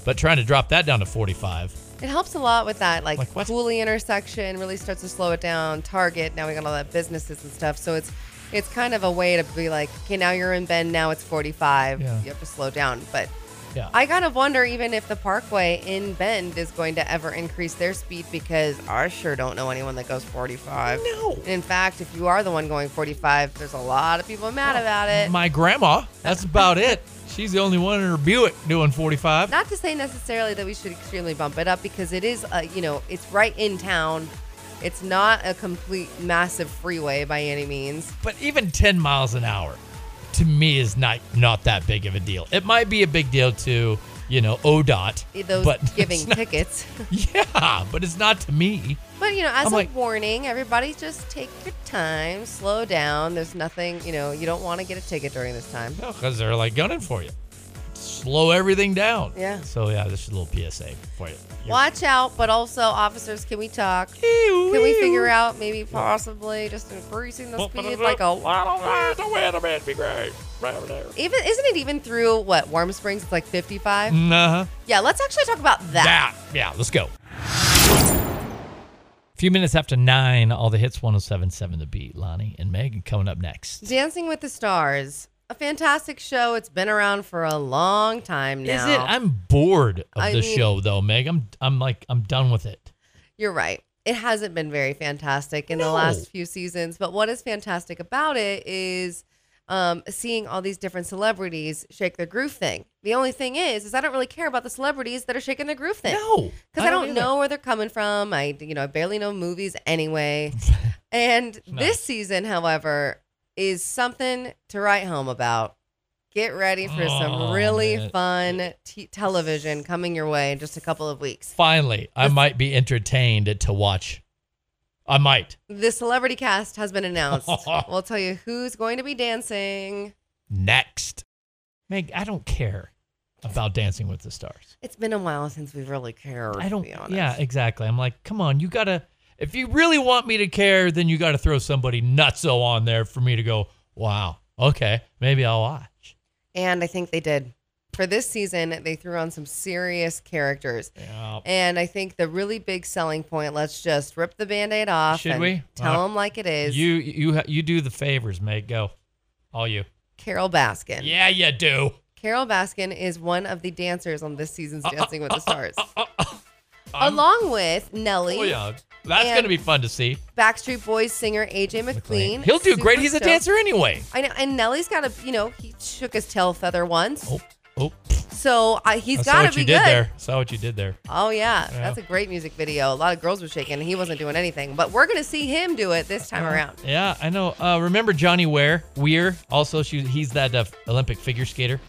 [SPEAKER 4] but trying to drop that down to 45.
[SPEAKER 3] It helps a lot with that, like,
[SPEAKER 4] Like what?
[SPEAKER 3] Cooley intersection really starts to slow it down. Target now we got all that businesses and stuff, so it's it's kind of a way to be like, okay, now you're in Bend, now it's 45.
[SPEAKER 4] Yeah.
[SPEAKER 3] You have to slow down, but
[SPEAKER 4] Yeah,
[SPEAKER 3] I kind of wonder even if the Parkway in Bend is going to ever increase their speed because I sure don't know anyone that goes 45. No. In fact, if you are the one going 45, there's a lot of people mad about it.
[SPEAKER 4] Oh, my grandma. That's about it. She's the only one in her Buick doing 45.
[SPEAKER 3] Not to say necessarily that we should extremely bump it up because it is, uh, you know, it's right in town. It's not a complete massive freeway by any means.
[SPEAKER 4] but even 10 miles an hour to me is not not that big of a deal it might be a big deal to you know odot
[SPEAKER 3] eh, Those
[SPEAKER 4] but
[SPEAKER 3] giving
[SPEAKER 4] it's not-
[SPEAKER 3] tickets.
[SPEAKER 4] yeah but it's not to me
[SPEAKER 3] But you know, as
[SPEAKER 4] I'm
[SPEAKER 3] a
[SPEAKER 4] like-
[SPEAKER 3] warning, everybody just take your time, slow down. There's nothing, you know, you don't want to get a ticket during this time.
[SPEAKER 4] because they're like gunning for you slow everything down
[SPEAKER 3] Yeah.
[SPEAKER 4] so yeah this is a little psa for you
[SPEAKER 3] Watch out, but also officers, can we talk? Can we figure out maybe possibly just increasing the speed like a even isn't it even through what Warm Springs? It's like 55.
[SPEAKER 4] uh-huh.
[SPEAKER 3] Yeah, let's actually talk about that.
[SPEAKER 4] that yeah let's go a few minutes after nine all the hits 1077 the beat lonnie and megan coming up next
[SPEAKER 3] Dancing with the Stars, a fantastic show. It's been around for a long time now.
[SPEAKER 4] Is it? I'm bored of
[SPEAKER 3] I
[SPEAKER 4] the
[SPEAKER 3] mean-
[SPEAKER 4] show though, Meg. I'm I'm like I'm done with it.
[SPEAKER 3] You're right. It hasn't been very fantastic in the
[SPEAKER 4] No.
[SPEAKER 3] last few seasons, but what is fantastic about it is um, seeing all these different celebrities shake their groove thing. The only thing is, is I don't really care about the celebrities that are shaking their groove thing
[SPEAKER 4] No,
[SPEAKER 3] because I don't,
[SPEAKER 4] either.
[SPEAKER 3] know where they're coming from. I you know I barely know movies anyway. and this
[SPEAKER 4] Nice.
[SPEAKER 3] season, however, is something to write home about. Get ready for some
[SPEAKER 4] Oh,
[SPEAKER 3] really
[SPEAKER 4] man.
[SPEAKER 3] fun t- television coming your way in just a couple of weeks.
[SPEAKER 4] Finally, I might be entertained to watch. I might.
[SPEAKER 3] The celebrity cast has been announced. we'll tell you who's going to be dancing.
[SPEAKER 4] Next, Meg. I don't care about Dancing with the Stars.
[SPEAKER 3] It's been a while since we've really cared.
[SPEAKER 4] I don't.
[SPEAKER 3] To be honest.
[SPEAKER 4] yeah, exactly. I'm like, come on, you gotta. If you really want me to care, then you gotta throw somebody nutso on there for me to go. Wow. Okay, maybe I'll watch.
[SPEAKER 3] And I think they did. For this season, they threw on some serious characters.
[SPEAKER 4] Yeah.
[SPEAKER 3] And I think the really big selling point, let's just rip the band aid off
[SPEAKER 4] Should
[SPEAKER 3] and
[SPEAKER 4] we?
[SPEAKER 3] tell
[SPEAKER 4] Uh,
[SPEAKER 3] them like it is.
[SPEAKER 4] You you ha- you do the favors, Meg. Go, all you.
[SPEAKER 3] Carol Baskin.
[SPEAKER 4] Yeah, you do. Oh,
[SPEAKER 3] Carol Baskin is one of the dancers on this
[SPEAKER 4] Uh,
[SPEAKER 3] season's Dancing with the Stars,
[SPEAKER 4] I'm-
[SPEAKER 3] along with Nelly,
[SPEAKER 4] Oh yeah, that's
[SPEAKER 3] And-
[SPEAKER 4] gonna be fun to see.
[SPEAKER 3] Backstreet Boys singer AJ McLean.
[SPEAKER 4] He'll do great.
[SPEAKER 3] Super
[SPEAKER 4] He's a
[SPEAKER 3] stoked.
[SPEAKER 4] dancer anyway.
[SPEAKER 3] I know, and Nelly's got a you know he shook his tail feather once,
[SPEAKER 4] Oh, oh.
[SPEAKER 3] so I, he's
[SPEAKER 4] I saw
[SPEAKER 3] got
[SPEAKER 4] what
[SPEAKER 3] to be
[SPEAKER 4] you did
[SPEAKER 3] good.
[SPEAKER 4] there. Saw what you did there.
[SPEAKER 3] Oh yeah.
[SPEAKER 4] Yeah.
[SPEAKER 3] that's a great music video. A lot of girls were shaking, and he wasn't doing anything. But we're gonna see him do it this
[SPEAKER 4] Uh-huh.
[SPEAKER 3] time around.
[SPEAKER 4] Yeah, I know. Uh, remember Johnny Ware? Weir also. She, he's that uh, Olympic figure skater.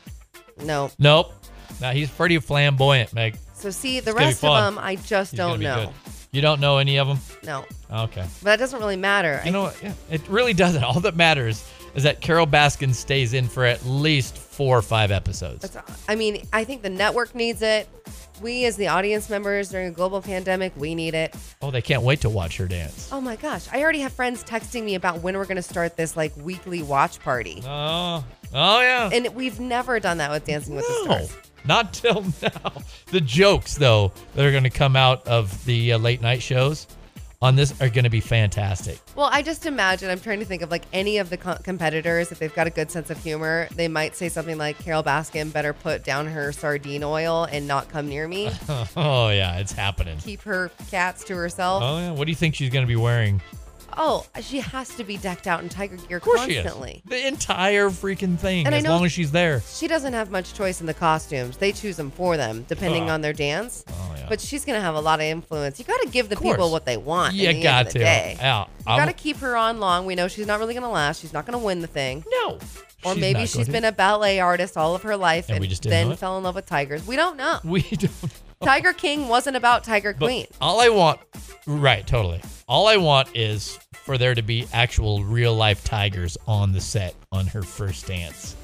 [SPEAKER 3] No,
[SPEAKER 4] Nope. Now he's pretty flamboyant, Meg.
[SPEAKER 3] so see the
[SPEAKER 4] gonna be
[SPEAKER 3] rest of
[SPEAKER 4] fun.
[SPEAKER 3] them, I just
[SPEAKER 4] He's gonna
[SPEAKER 3] don't
[SPEAKER 4] be
[SPEAKER 3] know.
[SPEAKER 4] good. You don't know any of them?
[SPEAKER 3] No,
[SPEAKER 4] Okay.
[SPEAKER 3] but that doesn't really matter.
[SPEAKER 4] You know what? Yeah, it really doesn't. All that matters is that Carol Baskin stays in for at least four or five episodes.
[SPEAKER 3] I, I mean, I think the network needs it. We as the audience members during a global pandemic, we need it.
[SPEAKER 4] Oh, they can't wait to watch her dance.
[SPEAKER 3] Oh my gosh, I already have friends texting me about when we're gonna start this like weekly watch party.
[SPEAKER 4] Oh, oh yeah.
[SPEAKER 3] And we've never done that with Dancing with the
[SPEAKER 4] No,
[SPEAKER 3] Stars.
[SPEAKER 4] not till now. The jokes, though, that are going to come out of the uh, late night shows on this are going to be fantastic.
[SPEAKER 3] Well, I just imagine, I'm trying to think of like any of the co- competitors, if they've got a good sense of humor, they might say something like, Carol Baskin better put down her sardine oil and not come near me.
[SPEAKER 4] Oh yeah, it's happening.
[SPEAKER 3] Keep her cats to herself.
[SPEAKER 4] Oh yeah. What do you think she's going to be wearing?
[SPEAKER 3] Oh, she has to be decked out in tiger gear
[SPEAKER 4] Of course
[SPEAKER 3] constantly.
[SPEAKER 4] she is. The entire freaking thing,
[SPEAKER 3] And I
[SPEAKER 4] as
[SPEAKER 3] know-
[SPEAKER 4] long as she's there.
[SPEAKER 3] She doesn't have much choice in the costumes. They choose them for them, depending
[SPEAKER 4] Huh.
[SPEAKER 3] on their dance.
[SPEAKER 4] Oh yeah.
[SPEAKER 3] But she's going to have a lot of influence. You got to give the
[SPEAKER 4] course.
[SPEAKER 3] people what they want. at
[SPEAKER 4] You
[SPEAKER 3] the
[SPEAKER 4] got
[SPEAKER 3] end of
[SPEAKER 4] to.
[SPEAKER 3] the Day.
[SPEAKER 4] Yeah.
[SPEAKER 3] You
[SPEAKER 4] I'm-
[SPEAKER 3] got to keep her on long. We know she's not really going to last. She's not going to win the thing.
[SPEAKER 4] no.
[SPEAKER 3] Or
[SPEAKER 4] She's
[SPEAKER 3] maybe
[SPEAKER 4] not
[SPEAKER 3] she's
[SPEAKER 4] going
[SPEAKER 3] been
[SPEAKER 4] to.
[SPEAKER 3] a ballet artist all of her life
[SPEAKER 4] And
[SPEAKER 3] and,
[SPEAKER 4] we just didn't know
[SPEAKER 3] then
[SPEAKER 4] it?
[SPEAKER 3] fell in love with tigers. We don't know.
[SPEAKER 4] We don't.
[SPEAKER 3] Tiger King wasn't about Tiger
[SPEAKER 4] But
[SPEAKER 3] Queen.
[SPEAKER 4] all I want, right, totally. All I want is for there to be actual real life tigers on the set on her first dance.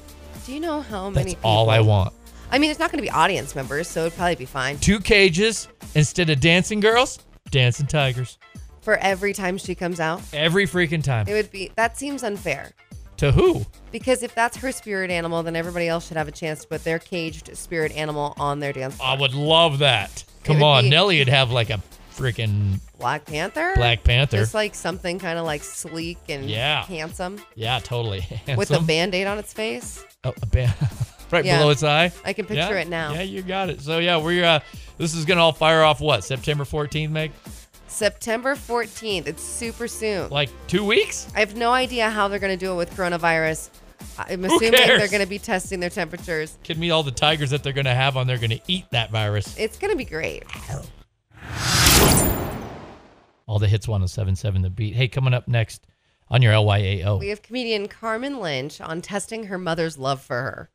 [SPEAKER 3] Do you know how many
[SPEAKER 4] That's all I
[SPEAKER 3] people-
[SPEAKER 4] want.
[SPEAKER 3] I mean, it's not going to be audience members, so it'd probably be fine.
[SPEAKER 4] Two cages instead of dancing girls, dancing tigers.
[SPEAKER 3] For every time she comes out,
[SPEAKER 4] Every freaking time.
[SPEAKER 3] it would be that seems unfair.
[SPEAKER 4] To who?
[SPEAKER 3] Because if that's her spirit animal, then everybody else should have a chance to put their caged spirit animal on their dance floor.
[SPEAKER 4] I would love that. Come
[SPEAKER 3] would
[SPEAKER 4] on,
[SPEAKER 3] be-
[SPEAKER 4] Nelly would have like a freaking
[SPEAKER 3] Black Panther?
[SPEAKER 4] Black Panther.
[SPEAKER 3] Just like something kind of like sleek and
[SPEAKER 4] Yeah.
[SPEAKER 3] handsome
[SPEAKER 4] yeah, totally.
[SPEAKER 3] with a
[SPEAKER 4] Handsome.
[SPEAKER 3] band aid on its face.
[SPEAKER 4] Oh, a band. right
[SPEAKER 3] Yeah.
[SPEAKER 4] below its eye.
[SPEAKER 3] I can picture
[SPEAKER 4] Yeah.
[SPEAKER 3] it now.
[SPEAKER 4] Yeah, you got it. So yeah, we're uh, this is gonna all fire off what September 14th, Meg?
[SPEAKER 3] September 14th. It's super soon.
[SPEAKER 4] Like two weeks?
[SPEAKER 3] I have no idea how they're going to do it with coronavirus. I'm assuming they're
[SPEAKER 4] cares?
[SPEAKER 3] going to be testing their temperatures.
[SPEAKER 4] Kid me all the tigers that they're going to have on there going to eat that virus.
[SPEAKER 3] It's going to be great.
[SPEAKER 4] All the hits 1077 the beat. Hey, coming up next on your LYAO
[SPEAKER 3] We have comedian Carmen Lynch on testing her mother's love for her.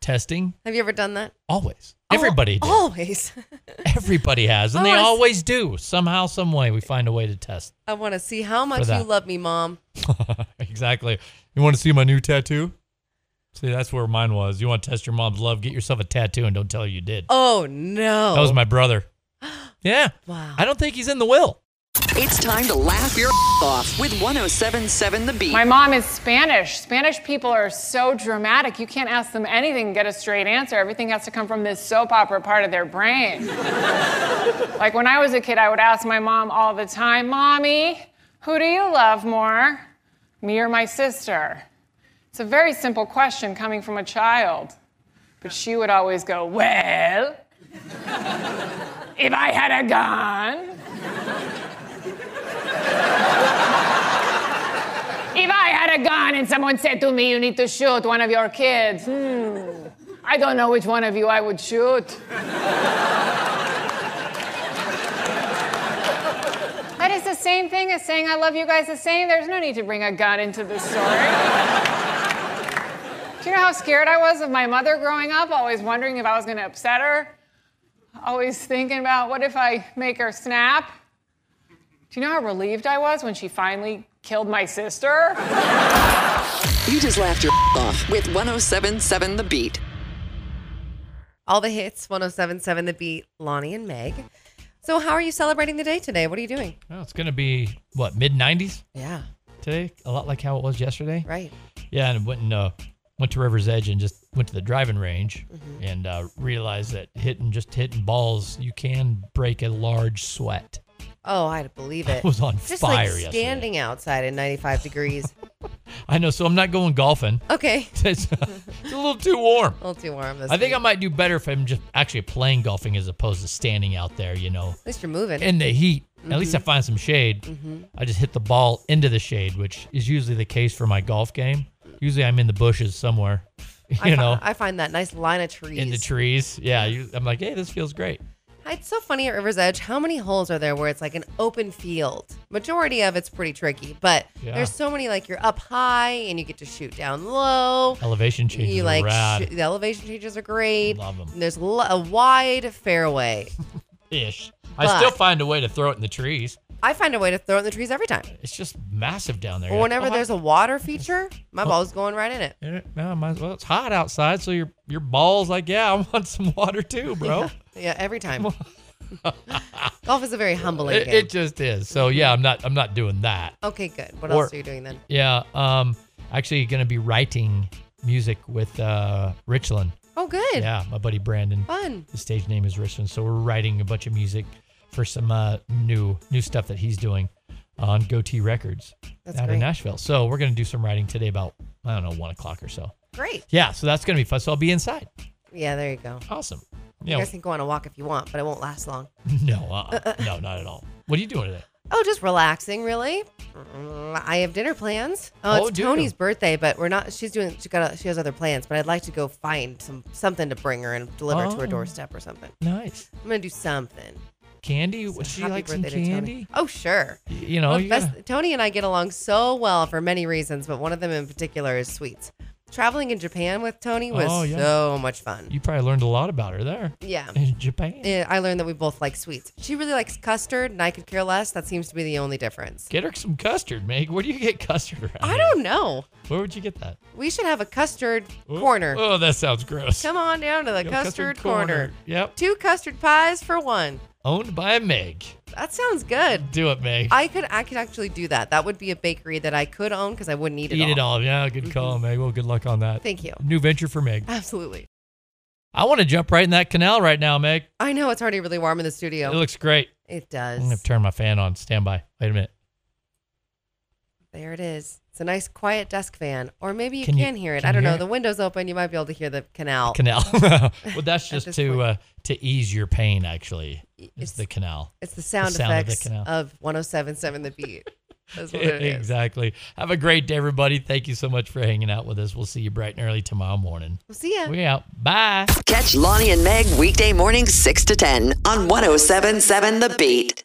[SPEAKER 4] testing
[SPEAKER 3] Have you ever done that?
[SPEAKER 4] always. Oh, Everybody did.
[SPEAKER 3] Always.
[SPEAKER 4] Everybody has and
[SPEAKER 3] Oh, I
[SPEAKER 4] they
[SPEAKER 3] wanna s-
[SPEAKER 4] always do. Somehow some way we find a way to test.
[SPEAKER 3] I want to see how much you
[SPEAKER 4] that.
[SPEAKER 3] love me, mom.
[SPEAKER 4] exactly. You want to see my new tattoo? See, that's where mine was. You want to test your mom's love, get yourself a tattoo and don't tell her you did.
[SPEAKER 3] Oh no.
[SPEAKER 4] That was my brother. Yeah.
[SPEAKER 3] Wow.
[SPEAKER 4] I don't think he's in the will.
[SPEAKER 1] It's time to laugh your off with 1077 The Beat.
[SPEAKER 9] My mom is Spanish. Spanish people are so dramatic. You can't ask them anything and get a straight answer. Everything has to come from this soap opera part of their brain. like when I was a kid, I would ask my mom all the time, Mommy, who do you love more, me or my sister? It's a very simple question coming from a child. But she would always go, Well, if I had a gun. If I had a gun and someone said to me, you need to shoot one of your kids, hmm, I don't know which one of you I would shoot. that is the same thing as saying, I love you guys the same. There's no need to bring a gun into this story. Do you know how scared I was of my mother growing up, always wondering if I was going to upset her? Always thinking about what if I make her snap? Do you know how relieved I was when she finally killed my sister?
[SPEAKER 1] You just laughed your off with 1077 The Beat.
[SPEAKER 3] All the hits 1077 the beat Lonnie and Meg. So how are you celebrating the day today? What are you doing?
[SPEAKER 4] Well, it's going to be, what, mid 90s
[SPEAKER 3] Yeah.
[SPEAKER 4] today? A lot like how it was yesterday.
[SPEAKER 3] Right.
[SPEAKER 4] Yeah, and went and uh, went to River's Edge and just went to the driving range
[SPEAKER 3] Mm-hmm.
[SPEAKER 4] and uh, realized that hitting just hitting balls, you can break a large sweat.
[SPEAKER 3] Oh, I believe it.
[SPEAKER 4] was on
[SPEAKER 3] Just like
[SPEAKER 4] fire yesterday.
[SPEAKER 3] standing outside at 95 degrees.
[SPEAKER 4] I know, so I'm not going golfing.
[SPEAKER 3] Okay.
[SPEAKER 4] It's, it's a little too warm.
[SPEAKER 3] A little too warm. This
[SPEAKER 4] I think
[SPEAKER 3] week.
[SPEAKER 4] I might do better if I'm just actually playing golfing as opposed to standing out there, you know,
[SPEAKER 3] At least you're moving.
[SPEAKER 4] in the heat. At least I
[SPEAKER 3] Mm-hmm.
[SPEAKER 4] find some shade. I just hit the ball into the shade, which is usually the case for my golf game. Usually I'm in the bushes somewhere, you
[SPEAKER 3] I, fi-
[SPEAKER 4] know,
[SPEAKER 3] I find that nice line of trees. Ah,
[SPEAKER 4] in the trees. Yeah, you, I'm like, hey, this feels great.
[SPEAKER 3] It's so funny at River's Edge. How many holes are there where it's like an open field? Majority of it's pretty tricky, but
[SPEAKER 4] Yeah.
[SPEAKER 3] there's so many like you're up high and you get to shoot down low.
[SPEAKER 4] Elevation changes
[SPEAKER 3] you
[SPEAKER 4] are
[SPEAKER 3] like
[SPEAKER 4] rad.
[SPEAKER 3] sh- the elevation changes are great.
[SPEAKER 4] Love 'em.
[SPEAKER 3] And There's lo- a wide fairway.
[SPEAKER 4] ish.
[SPEAKER 3] But-
[SPEAKER 4] I still find a way to throw it in the trees.
[SPEAKER 3] I find a way to throw it in the trees every time.
[SPEAKER 4] It's just massive down there. "Oh
[SPEAKER 3] Or whenever there's a water feature, my ball's going right in it.
[SPEAKER 4] a no, Eh, might as well. It's hot outside, so your your balls like, yeah, I want some water too, bro.
[SPEAKER 3] Yeah, every time. Golf is a very humbling
[SPEAKER 4] It,
[SPEAKER 3] game.
[SPEAKER 4] it just is. So yeah, I'm not I'm not doing that.
[SPEAKER 3] okay, good. What
[SPEAKER 4] Or-
[SPEAKER 3] else are you doing then?
[SPEAKER 4] Yeah, um, actually gonna be writing music with uh Richland.
[SPEAKER 3] Oh, good.
[SPEAKER 4] Yeah, my buddy Brandon.
[SPEAKER 3] Fun.
[SPEAKER 4] The stage name is Richland, so we're writing a bunch of music for some uh, new new stuff that he's doing on Goatee Records
[SPEAKER 3] That's
[SPEAKER 4] out
[SPEAKER 3] great.
[SPEAKER 4] in Nashville. So we're gonna do some writing today about I don't know one o'clock or so.
[SPEAKER 3] Great.
[SPEAKER 4] Yeah, so that's gonna be fun. So I'll be inside.
[SPEAKER 3] Yeah, there you go.
[SPEAKER 4] Awesome.
[SPEAKER 3] You
[SPEAKER 4] Yeah.
[SPEAKER 3] guys can go on a walk if you want, but it won't last long.
[SPEAKER 4] No, uh, no, not at all. What are you doing today?
[SPEAKER 3] Oh, just relaxing, really. Mm, I have dinner plans. Oh,
[SPEAKER 4] Oh,
[SPEAKER 3] it's
[SPEAKER 4] do you?
[SPEAKER 3] Tony's birthday, but we're not. She's doing. She got. A, she has other plans, but I'd like to go find some something to bring her and deliver to
[SPEAKER 4] Oh.
[SPEAKER 3] her doorstep or something.
[SPEAKER 4] Nice.
[SPEAKER 3] I'm gonna do something.
[SPEAKER 4] candy? What she
[SPEAKER 3] Happy
[SPEAKER 4] likes some
[SPEAKER 3] birthday to
[SPEAKER 4] candy?
[SPEAKER 3] Tony. Oh, sure.
[SPEAKER 4] You know,
[SPEAKER 3] Well,
[SPEAKER 4] you
[SPEAKER 3] best-
[SPEAKER 4] gotta-
[SPEAKER 3] Tony and I get along so well for many reasons, but one of them in particular is sweets. Traveling in Japan with Tony was
[SPEAKER 4] Oh, yeah.
[SPEAKER 3] so much fun.
[SPEAKER 4] you probably learned a lot about her there
[SPEAKER 3] yeah.
[SPEAKER 4] in Japan.
[SPEAKER 3] Eh, I learned that we both like sweets. She really likes custard, and I could care less. That seems to be the only difference.
[SPEAKER 4] Get her some custard, Meg. Where do you get custard? Around
[SPEAKER 3] I
[SPEAKER 4] here?
[SPEAKER 3] don't know.
[SPEAKER 4] Where would you get that?
[SPEAKER 3] We should have a custard
[SPEAKER 4] Ooh.
[SPEAKER 3] corner.
[SPEAKER 4] Oh, that sounds gross.
[SPEAKER 3] Come on down to the
[SPEAKER 4] Yo,
[SPEAKER 3] custard, corner.
[SPEAKER 4] Yep.
[SPEAKER 3] Two custard pies for one.
[SPEAKER 4] Owned by Meg.
[SPEAKER 3] That sounds good.
[SPEAKER 4] Do it, Meg.
[SPEAKER 3] I could I could actually do that. That would be a bakery that I could own because I wouldn't eat it
[SPEAKER 4] Eat
[SPEAKER 3] all. Mm-hmm.
[SPEAKER 4] it all. Yeah, good call, Meg. Well, good luck on that.
[SPEAKER 3] Thank you.
[SPEAKER 4] New venture for Meg.
[SPEAKER 3] Absolutely.
[SPEAKER 4] I want to jump right in that canal right now, Meg.
[SPEAKER 3] I know it's already really warm in the studio.
[SPEAKER 4] It looks great.
[SPEAKER 3] It
[SPEAKER 4] I'm going to
[SPEAKER 3] does.
[SPEAKER 4] turn my fan on. Stand by. Wait a minute.
[SPEAKER 3] There it is. It's a nice quiet desk fan. Or maybe you
[SPEAKER 4] Can
[SPEAKER 3] can,
[SPEAKER 4] you-
[SPEAKER 3] hear it.
[SPEAKER 4] can
[SPEAKER 3] I
[SPEAKER 4] you
[SPEAKER 3] don't
[SPEAKER 4] hear
[SPEAKER 3] know.
[SPEAKER 4] it?
[SPEAKER 3] The window's open. You might be able to hear the canal.
[SPEAKER 4] Canal.
[SPEAKER 3] Oh.
[SPEAKER 4] well, that's
[SPEAKER 3] At
[SPEAKER 4] just
[SPEAKER 3] this
[SPEAKER 4] to
[SPEAKER 3] point.
[SPEAKER 4] uh, to ease your pain, actually. It's
[SPEAKER 3] It's-
[SPEAKER 4] the canal.
[SPEAKER 3] It's the sound,
[SPEAKER 4] sound of the
[SPEAKER 3] effects
[SPEAKER 4] canal.
[SPEAKER 3] of, 1077 The Beat. That's what it is.
[SPEAKER 4] exactly. Have a great day, everybody. Thank you so much for hanging out with us. We'll see you bright and early tomorrow morning.
[SPEAKER 3] We'll see ya.
[SPEAKER 4] We out. Bye.
[SPEAKER 1] Catch Lonnie and Meg weekday mornings 6 to 10 on 1077 The Beat.